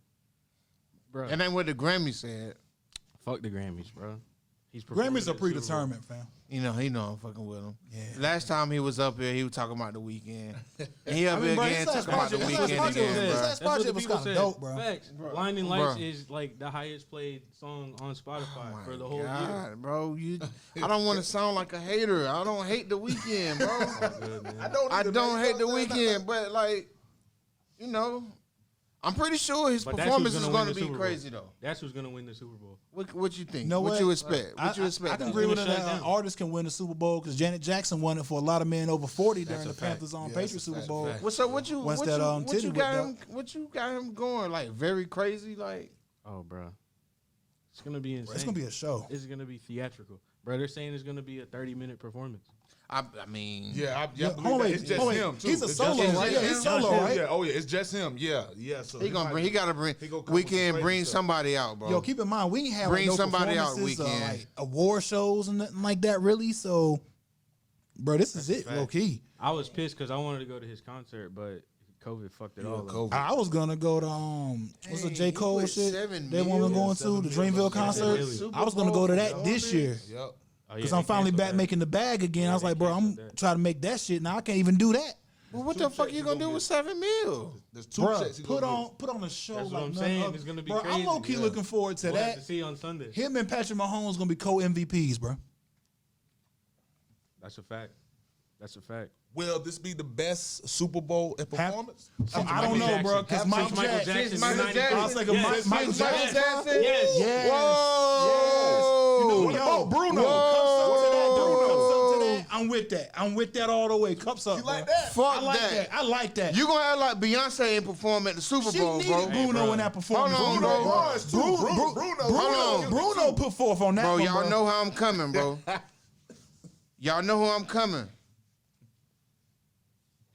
Bro, And then what the Grammy said, fuck the Grammys, bro. He's performing at Grammys the are Super Bowl. predetermined, fam. you know, he know I'm fucking with him. Yeah. Last time he was up here, he was talking about the weekend. And he up mean, here bro, again this last talking about the project- this weekend last project again, was- bro. this That's what the Project was people kinda said. dope, bro. Facts. Bro. Blinding Lights Bro. is like the highest played song on Spotify Oh My for the whole year. God, bro, you. I don't want to sound like a hater. I don't hate the weekend, bro. Good, man. I don't. I either, don't man. hate the I'm saying that. weekend, but like, you know, I'm pretty sure his But that's who's performance is gonna win going to the be Super Bowl. crazy though. That's who's gonna win the Super Bowl. What what you think? Know what, what? you expect? What I- you I- expect? I, can though? agree with Gonna that. shut it An down. artist can win the Super Bowl because Janet Jackson won it for a lot of men over forty during the a fact. Panthers on Yeah, that's a Patriots Super fact. Bowl. Fact. Well, so what you Once what that, you, um, what titty you got him whipped what you got him going like very crazy like Oh, bro, it's gonna be insane. It's gonna be a show. It's gonna be theatrical, bro. They're saying it's gonna be a thirty-minute performance. I I mean Yeah, I, yeah, Yeah, I believe oh, that. wait, it's just oh, wait. him. Too. He's a It's solo, just him. right? Yeah, he's It's solo, just him. right? Yeah, oh yeah, it's just him. Yeah, yeah. So he gonna might bring he be- gotta bring he gonna come we with some can crazy bring stuff. somebody out bro Yo, keep in mind we ain't have Bring like, no somebody out performances or, weekend. like award shows and nothing like that really. So, bro, this is it, low key. I was pissed because I wanted to go to his concert, but COVID fucked it all up. I I was gonna go to um, what's the Dang, J you Cole put shit seven that one we're mil? going Yeah, seven to the mil. Yeah, Dreamville concert? Really? I was gonna go to that Super this Bowl, year Yep. Oh, yeah, because they I'm finally canceled back that. making the bag again. I was they like, bro, I'm canceled that. trying to make that shit now. I can't even do that. well, what the two fuck checks you gonna he gonna do get. with seven mil There's two checks. Bruh, he put gonna on put on a show That's like what I'm none saying. other. It's gonna be Bruh, crazy. I'm low key Yeah. looking forward to We'll have that. to see on Sunday. Him and Patrick Mahomes gonna be co MVPs, bro. That's a fact. That's a fact. do. Will this be the best Super Bowl in Have- performance? I don't know, Michael bro, Jackson. because Michael, Jackson. Since Michael Jackson. Michael Since Jackson. I was thinking Yes. Michael Yes. Jackson. Yes. Yes. whoa You know, yo, Bruno, cups up to that, Bruno, cups up to that. I'm with that. I'm with that all the way. Cups up. You like bro. that? I fuck like that. that. I like that. you gonna act like Beyonce ain't perform at the Super she Bowl needed bro Bruno in that performance. Hold on, Bruno, bro. Bars, too. Bruno, Bru- Bruno, Bruno, Bruno, Hold on. Bruno put forth on that bro one, y'all bro. know how I'm coming bro y'all know who I'm coming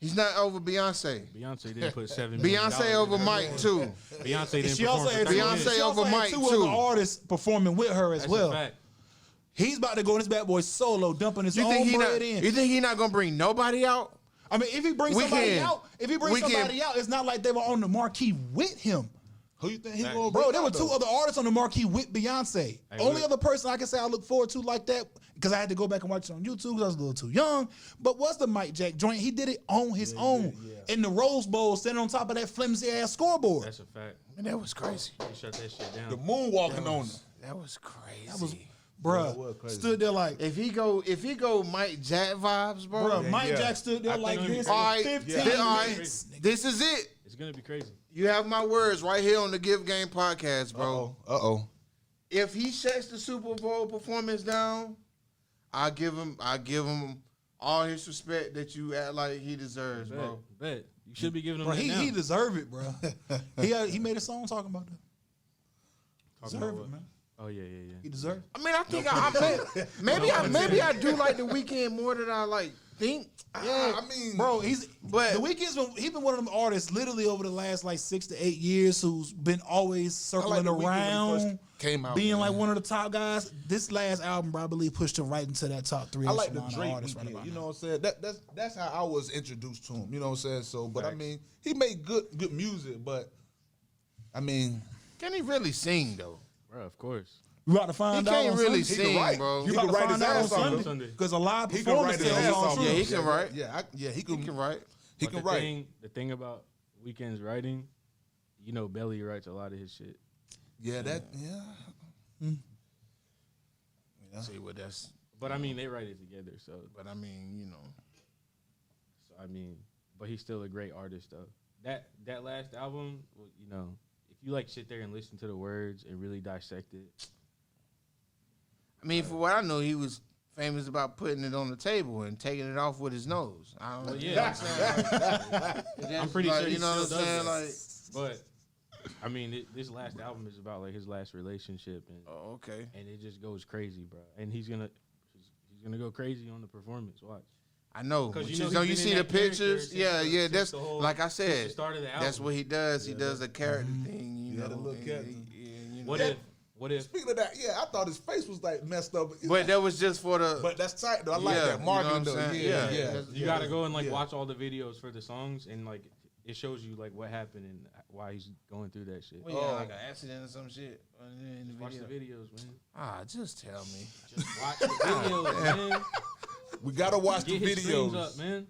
he's not over Beyonce Beyonce didn't put seven. million Beyonce dollars over in her Mike performance. too. Beyonce didn't. She also perform had for two, 30 Beyonce minutes. she also over had Mike, two too. other artists performing with her as That's a well. fact. He's about to go in this bad boy solo, dumping his You own think he not? bread in. You think he not gonna bring nobody out? I mean, if he brings We somebody can- out, if he brings we can- somebody out, it's not like they were on the marquee with him. Who you think he Hey. gonna Bro, bring there were out, two though? other artists on the marquee with Beyonce. Hey, Only look. other person I can say I look forward to like that because I had to go back and watch it on YouTube because I was a little too young. But was the Mike Jack joint? He did it on his own in the Rose Bowl, standing on top of that flimsy ass scoreboard. That's a fact. Man, that was crazy. They shut that shit down. The moonwalking on him. That was crazy. Yeah, it was Bruh, crazy. stood there like, If he go, if he go, Mike Jack vibes, bro. bruh, Mike yeah. Jack stood there I like think- this. All right, for 15 then, all right. minutes. This is it. it's gonna be crazy. You have my words right here on the Give Game podcast, bro. Uh oh. If he shuts the Super Bowl performance down, I give him, I give him all his respect that you act like he deserves, Bet, bro. bet. You should be giving them Bro, that he, now. he deserved it, bro. he uh, he made a song talking about that. Talking about Deserve it, what? man. Oh yeah, yeah, yeah. He deserved it. I mean, I think I, I may, maybe I maybe I do like the weekend more than I like think. Yeah, I mean, Bro, he's But- the weekend's been he been one of them artists literally over the last like six to eight years who's been always circling The Weeknd when he around, first came out, being Oh, man. like one of the top guys. This last album, bro, I believe, pushed him right into that top three. I like the echelon of Drake artists right weekend. about you now. know what I'm saying? That, that's that's how I was introduced to him. You know what I'm saying? So, but I mean, he made good good music, but I mean, can he really sing though? Bro, of course. you about to find He out can't on really Sunday? can sing, write. bro. You He about can to write find his out on ass off, though. Sunday Sunday. because a live he can write performance his tells ass all off. Yeah, truth. he can write. Yeah, I, yeah, he can. He can write. He But can the write. Thing, the thing about weekends writing, you know, Belly writes a lot of his shit. Yeah, that. Yeah. See what that's, But I mean, they write it together. So, but I mean, you know, so I mean, but he's still a great artist, though. That that last album, well, you know, if you like sit there and listen to the words and really dissect it, I mean, for what I know, he was famous about putting it on the table and taking it off with his nose. I don't know. but yeah, I'm, saying, like, I'm pretty Like, sure you know what I'm still saying. Like, does that. But I mean, it, this last album is about like his last relationship and oh, okay. and it just goes crazy, bro. And he's gonna he's, he's gonna go crazy on the performance. Watch. I know. 'Cause But you you, know know, he's you been see in the that character pictures. since Yeah, the- yeah. since That's the whole- like I since the said. start of the That's album. what he does. He does the character thing. You Yeah, know, the little and character. he- and, you What know. if? What if? Speaking of that, yeah, I thought his face was like messed up. But that was just for the. But that's tight though. I like Yeah, that you know what marketing I'm though. saying? Yeah, yeah. Yeah. You Yeah. gotta go and like Yeah. watch all the videos for the songs, and like it shows you like what happened and why he's going through that shit. Well, yeah, Oh. like an accident or some shit uh, in the Watch the video. videos, man. Ah, just tell me. Just watch the videos, man. We gotta watch Get the his streams videos. up, man.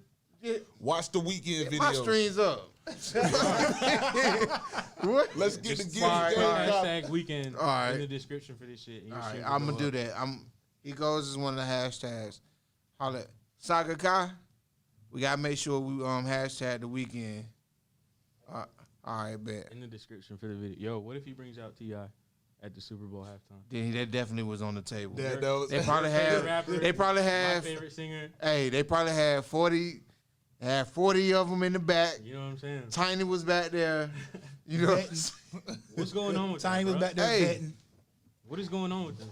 Watch the weekend My videos. streams up. what? Let's get Just the put gift. hashtag weekend All right. in the description for this shit. and your All right, shit will I'm gonna go do up. that. I'm. He goes as one of the hashtags. Holla, Saga Kai. We gotta make sure we um hashtag the weekend. Uh, all right, bet. in the description for the video. Yo, what if he brings out Ti at the Super Bowl halftime? Then that definitely was on the table. That, that was, They probably Favorite had. rapper, They probably my had. favorite singer. Hey, they probably had forty. Had forty of them in the back. You know what I'm saying? Tiny was back there. You know. what I'm saying? What's going on with Tiny them, was bro? back there Hey. betting. What is going on with them?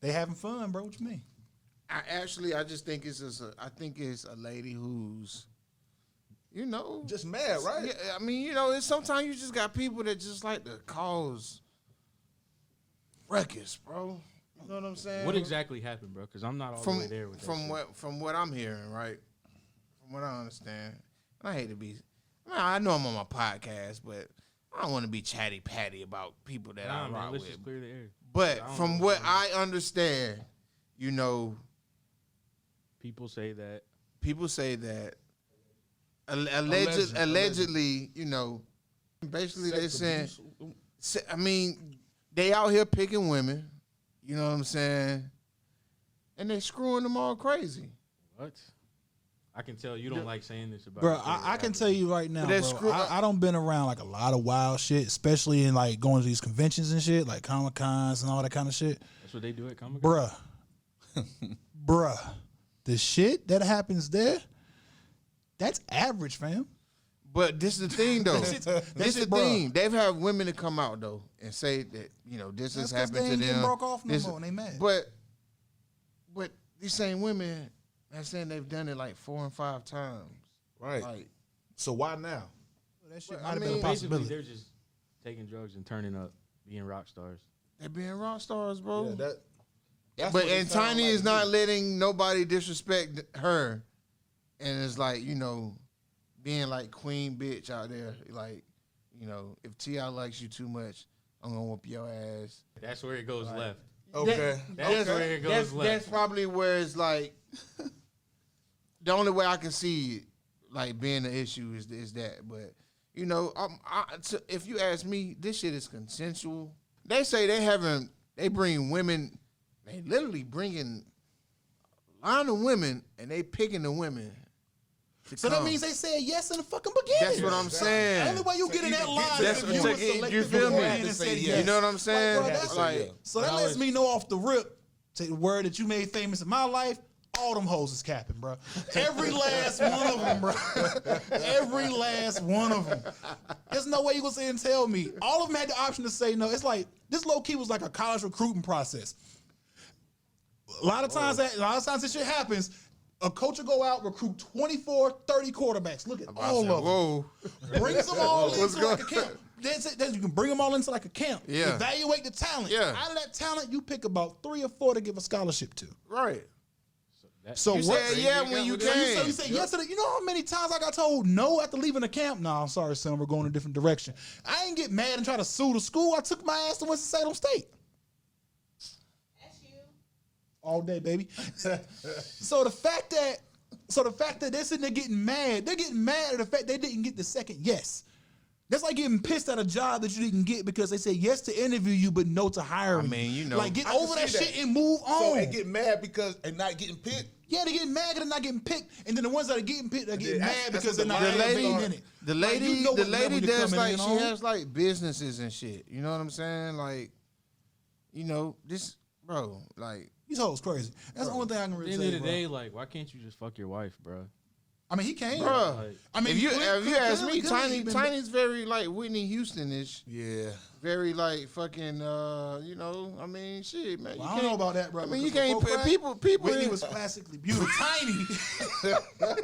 They having fun, bro. What you mean? I actually, I just think it's just a, I think it's a lady who's, you know, just mad, right? Yeah, I mean, you know, it's sometimes you just got people that just like to cause ruckus, bro. You know what I'm saying? What exactly happened, bro? Because I'm not all from the way there with that from shit. what from what I'm hearing, right? From what I understand, and I hate to be. I mean, I know I'm on my podcast, but I don't want to be chatty patty about people that Nah, I man, rock let's with. just clear the air. I But don't from know. what I understand, you know, People say that. people say that al- Alleged- alleged, allegedly, you know, basically they're Sex saying, abuse. se- I mean, they out here picking women, you know what I'm saying, and they screwing them all crazy. What? I can tell you don't like saying this about. Bro, your favorite I, I can rapper. tell you right now, But that bro, screw- I, I don't been around like a lot of wild shit, especially in like going to these conventions and shit, like Comic Cons and all that kind of shit. That's what they do at Comic Con. Bruh. Bruh. The shit that happens there, that's average, fam. But this is the thing, though. this That shit's- is the that shit, bruh. thing. They've had women to come out though and say that you know this has That's happened 'cause they ain't to getting them. broke off no This- more and they mad. But but these same women, are saying they've done it like four and five times. Right. Like So why now? That shit Well, might I have been a mean- Basically, possibility. they're just taking drugs and turning up, being rock stars. they're being rock stars, Um, bro. Yeah, that. that's but what it and sound Tiny like is to not me. letting nobody disrespect her and it's like you know, being like queen bitch out there, like you know, if Ti likes you too much, I'm gonna whoop your ass. That's where it goes left. Okay. That's That's- where it goes that's, left. that's probably where it's like the only way I can see it, like being an issue is is that. But you know, um, I, to, if you ask me, this shit is consensual. They say they haven't. They bring women. They literally bringing a line of women, and they picking the women. to So that come. means they said yes in the fucking beginning. um, that's what I'm The saying. only way you So get in you that can line get- is that's if what you I'm were saying. selected You feel me? to go in You and have to said say yes. You know what I'm saying? bro, that's- like, So But that I lets was- me know off the rip, take the word that you made famous in my life. All them hoes is capping, bro. Every last one of them, bro. Every last one of them. There's no way you gonna sit and tell me. All of them had the option to say no. It's like this low key was like a college recruiting process. A lot of Oh. times, that, a lot of times this shit happens. A coach will go out recruit 24, 30 quarterbacks. Look at all of them. whoa. Brings them all What's into like a going- camp. That's it. That's, you can bring them all into like a camp. Yeah. Evaluate the talent. Yeah. Out of that talent, you pick about three or four to give a scholarship to. Right. That- So You what? said yeah when you so, you, so you came. said yes to the, You know how many times I got told no after leaving the camp? No, I'm sorry, son. We're going a different direction. I ain't get mad and try to sue the school. I took my ass to Winston Salem State. That's you. all day, baby. so the fact that so the fact that they're sitting there getting mad, they're getting mad at the fact they didn't get the second yes. That's like getting pissed at a job that you didn't get because they said yes to interview you but no to hire I you. mean, you know. like get I can over see that, that. shit and move So on. and get mad because and not getting picked. yeah, they're getting mad because they're not getting picked, and then the ones that are getting picked are getting that's- mad that's because what they're the not the Miami lady, elevating are. in it. the Like, lady, you know the what level lady you're does coming like in she on. has like businesses and shit. You know what I'm saying? Like, you know this, bro. Like, These hoes crazy. That's the only thing I can At really the end say. of the bro. day, like, why can't you just fuck your wife, bro? I mean, he came. bro. Like, I mean, if you clear- if you ask clearly, me, clearly Tiny he been- Tiny's very like Whitney Houston ish, Yeah. very like fucking. uh, You know, I mean, shit, man. Well, you I don't know can't- about that, bro. I mean, you because can't before put crack, people. People. Whitney was classically beautiful. Tiny.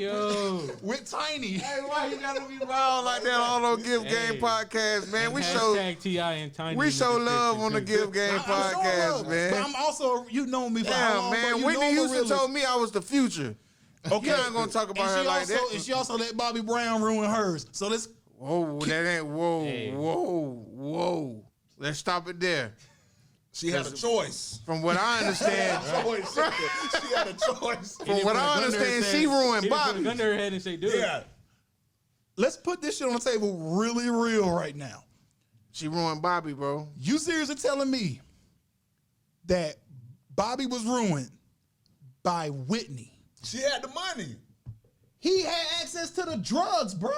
yo, With Tiny. Hey, why you gotta be wild like that all on Give Hey. Game podcast, man? We show hashtag Ti and Tiny. we in show the love description, on the too. Give Game I- I'm showing podcast, love, But man. I'm also, you know me for how Yeah, long, bro. man. You Whitney know Houston told me I was the future. Okay. You're not gonna talk about and her she like also, that. And she also let Bobby Brown ruin hers. So let's. Whoa, that ain't whoa, Hey. whoa, whoa. Let's stop it there. She had a choice. From what I understand, Choice. she had a choice. from what I understand, she He ruined didn't put a gun Bobby. to her head and say, "Dude, Yeah. Let's put this shit on the table really real right now. She ruined Bobby, bro. You seriously telling me that Bobby was ruined by Whitney? She had the money. He had access to the drugs, bruh.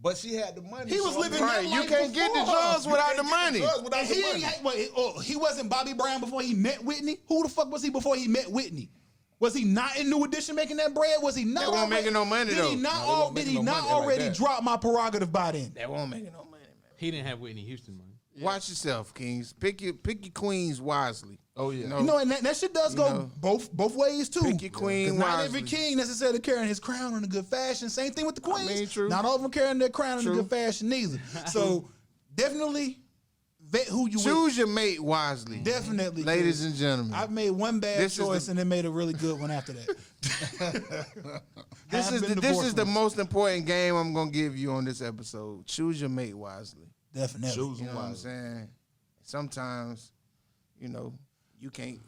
But she had the money. He was so- living Right, that you life can't get the before her. drugs without the You can't money. get drugs Without And he the ain't money. had- wait, oh, he wasn't Bobby Brown before he met Whitney. Who the fuck was he before he met Whitney? Was he not in New Edition making that bread? Was he not? That wasn't already- making no money, did though. He not No, that all, wasn't did making no he not money like already that. drop my prerogative by then? That won't make no money, man. he didn't have Whitney Houston money." Watch yourself, Kings. Pick your pick your queens wisely. Oh, yeah. You You know, know, and that, that shit does go know. both both ways too. Pick your queen 'Cause Not wisely. every king necessarily carrying his crown in a good fashion. Same thing with the queens. mean, true. Not all of them carrying their crown in True. a good fashion either. So definitely vet who you with. choose your mate wisely. Definitely, Ladies dude. and gentlemen. I've made one bad This is the- choice and then made a really good one after that. this have is been the, this divorced is the once. most important game I'm gonna give you on this episode. Choose your mate wisely. Definitely. You know what I'm saying? Sometimes, you know, you can't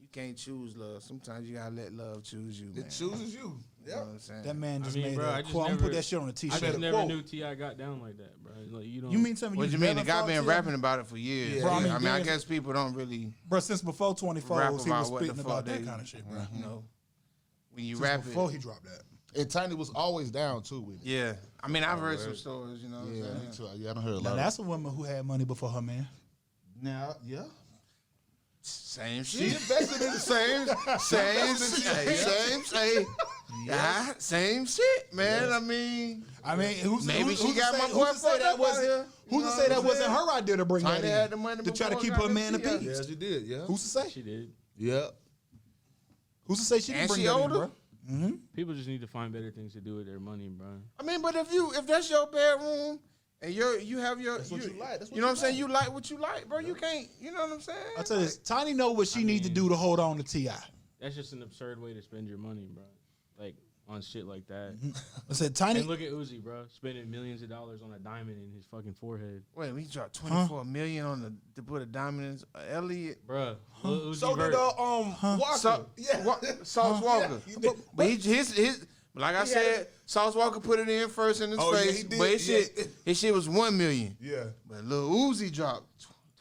you can't choose love. Sometimes you gotta let love choose you, man. It chooses you. You know Yeah. what I'm saying? That man just mean, made bro, I a just quote. I'm gonna never- put that shit on a I t-shirt. just a never quote. knew Ti got down like that, bro. Like you don't. you mean tell me what you you mean? The never guy fought been T.I.? rapping about it for years. Yeah. Yeah, Bro, I, I mean, mean, I there's- guess people don't really bro? Since before 24, rap he was about what spitting the fuck about they. that kind of shit, bro. You know, when you Since rap before it, he dropped that. And Tiny was always down too with it. yeah. I mean, I've heard some stories. You know, what I'm Yeah, me saying? too. Yeah, I done heard a Now lot. of- that's a woman who had money before her man. Now, yeah. same She shit. invested in the same, same, same, same, same, yeah, same shit, man. I mean, I mean, who's, Maybe who's, she who's got to say, my who's to boy say fucked up that out wasn't here? who's You know to say what that I'm wasn't saying? her idea to bring Tiny that in, had the money to try to before keep I got her man to appeased. see her. Yes, you did. Yeah. Who's to say? She did. Yep. Who's to say she didn't And bring she that in, older? bro? People just need to find better things to do with their money, bro. I mean, but if you if that's your bedroom and you're you have your That's what you like. That's what know what you I'm saying. You like what you like, bro. You can't. You know what I'm saying. I tell you this, Tiny know what she needs to do to hold on to Ti. That's just an absurd way to spend your money, bro. like on shit like that. Mm-hmm. I said Tiny. And look at Uzi, bro, spending millions of dollars on a diamond in his fucking forehead, Wait, we dropped twenty four million on the to put a diamond in uh, Elliot. bro. Lil Uzi So did Vert. uh, um Walker. So, yeah. Wa- Sauce Walker. he did. but he, his, his, like I said, Sauce Walker put it in first in his Oh, yeah, face, he did, but his yeah. shit, his shit was one million. yeah. But Lil Uzi dropped.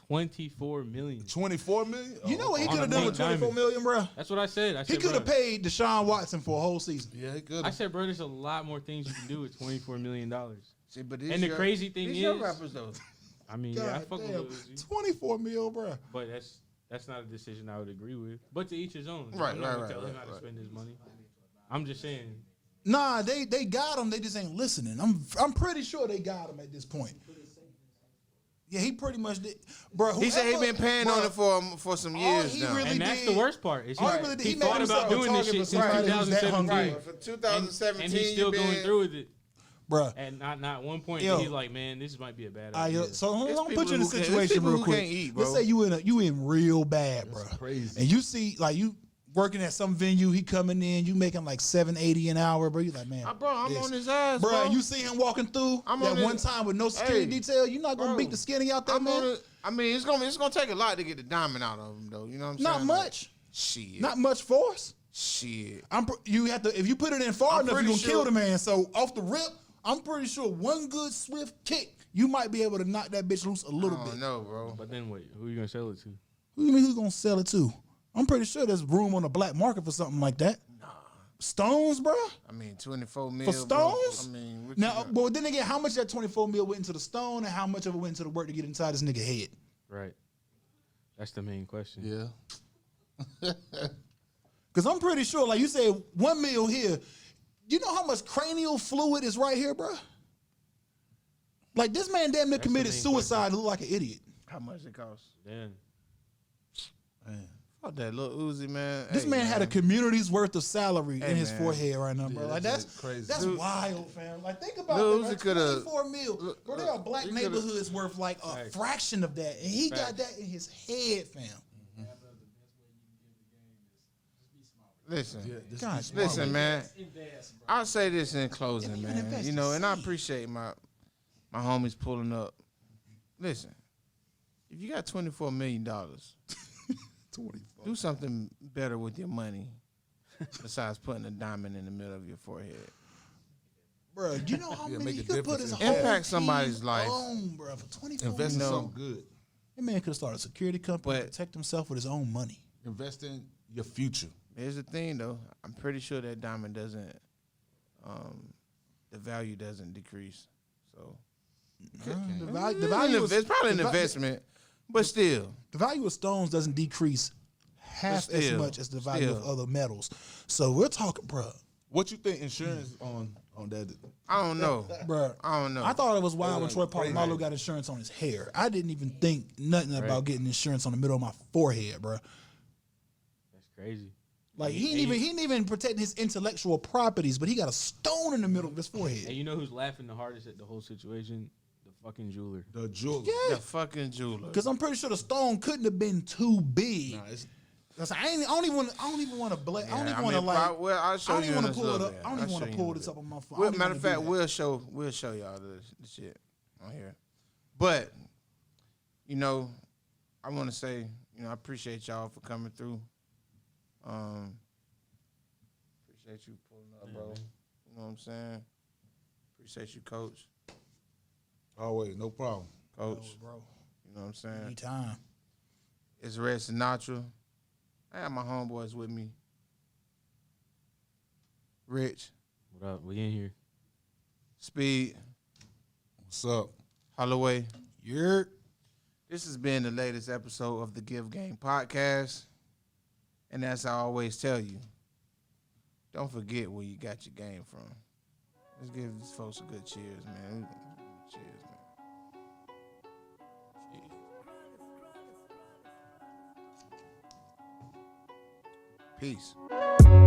Twenty four million. Twenty four million. You know what he On could have a done with big twenty four diamond. million, bro? That's what I said. I said, He could have bro, paid Deshaun Watson for a whole season. Yeah, he could. I said, bro, there's a lot more things you can do with twenty four million dollars. See, but these And the young- crazy thing these young is- rappers though. I mean, yeah, I fuck with Lil Uzi, twenty four mil, bro. but that's that's not a decision I would agree with. But to each his own. Right, I'm not gonna right, tell right, him right, how right. to spend his money. I'm just saying. Nah, they they got him. They just ain't listening. I'm I'm pretty sure they got him at this point. Yeah, he pretty much did, bro. He said he whoever- been paying bruh, on it for for some all years he now. really- And that's the did- worst part. Is he, all he really did- he he made thought himself about doing target this shit for since somebody who's that 2017. hungry. But for And, 2017, and he's still you going been- through with it. bruh. And not not one point Yo. did he like, man, this might be a bad I, idea. so I'm It's gonna people put you in a who can't- it's situation people real who quick. can't eat, Let's bro. say you in a, you in real bad, bro. crazy. And you see like you working at some venue, he coming in, you making like seven eighty an hour, bro. You like man, Ah, bro, I'm this- on his ass, bro. bro. You see him walking through I'm that on one his- time with no security Hey, detail. You're not gonna bro. beat the skinny out there, I'm man. on it. I mean, it's gonna it's gonna take a lot to get the diamond out of him, though. You know what I'm Not saying? much. Shit. Not much force. shit. I'm pr- you have to if you put it in far I'm enough, pretty you're gonna sure- kill the man. So off the rip, I'm pretty sure one good swift kick, you might be able to knock that bitch loose a I little don't bit. know, bro. But then wait, who are you gonna sell it to? Who you mean who's gonna sell it to? I'm pretty sure there's room on the black market for something like that. Stones, bruh. I mean, 24 mil For bro. stones? I mean, what Now, uh, you got? but then again, how much of that 24 mil went into the stone and how much of it went into the work to get inside this nigga head? Right. That's the main question. Yeah. Because I'm pretty sure, like you said, one mil here. You know how much cranial fluid is right here, bruh? Like this man damn near That's the committed main suicide to look like an idiot. how much it cost? Damn. Fuck that little Uzi, man. This Hey, man, had a community's worth of salary Hey, in his man. forehead right now, bro. Yeah, like that's that's crazy. That's Dude. wild, fam. Like think about Lil that. Uzi Like, coulda- Twenty-four mil, look, bro. There look, are black he coulda- neighborhoods worth like a Facts. fraction of that, and he got Facts. that in his head, fam. Listen, Yeah, this- God, this- listen, man. Invest, bro. I'll say this in closing, If you man. invest, You know, you and I see. appreciate my my homies pulling up. Listen, if you got twenty four million dollars, do something better with your money besides putting a diamond in the middle of your forehead. Bro, you know how Yeah, many make he a could put difference his in whole Impact team somebody's life. on, bro, for twenty-four Invest in mil. No. something good. That man could have started a security company, to But- protect himself with his own money. Invest in your future. Here's the thing, though. I'm pretty sure that diamond doesn't, um, the value doesn't decrease. So The, value, the It's an value, inv- of, it's Mm-hmm. probably an the va- investment, but still, the value of stones doesn't decrease half as still, much as the value of still. other metals. So we're talking, bro. What you think insurance Hmm. on on that? I don't know. Bruh, I don't know. I thought it was wild when That's Troy crazy. Polamalu got insurance on his hair. I didn't even think nothing about getting insurance on the middle of my forehead, bro. That's crazy. Like he And ain't even you- he ain't even protecting his intellectual properties, but he got a stone in the middle of his And forehead. you know who's laughing the hardest at the whole situation? The fucking jeweler. The jewelry. the fucking jeweler. Because I'm pretty sure the stone couldn't have been too big. Nah, it's- That's- I, ain't, I don't even want I don't even want to bla- I don't Yeah, even want to mean, like prob- well, I'll I show don't you even want in to a pull it little up. bit. I don't I'll even want show to you pull in a this bit. up on my phone. I Well, don't even matter of wanna do fact, that. we'll show we'll show y'all the, the shit on here. But you know, I want to say you know I appreciate y'all for coming through. Um, appreciate you pulling up, bro. You know what I'm saying? Appreciate you, coach. Always, no problem. Coach, Oh, bro. you know what I'm saying? Anytime. It's Red Sinatra. I have my homeboys with me. Rich, What up? We in here. Speed, What's up? Holloway. You're This has been the latest episode of the Give Game Podcast. And as I always tell you, don't forget where you got your game from. Let's give these folks a good cheers, man. Cheers, man. Peace.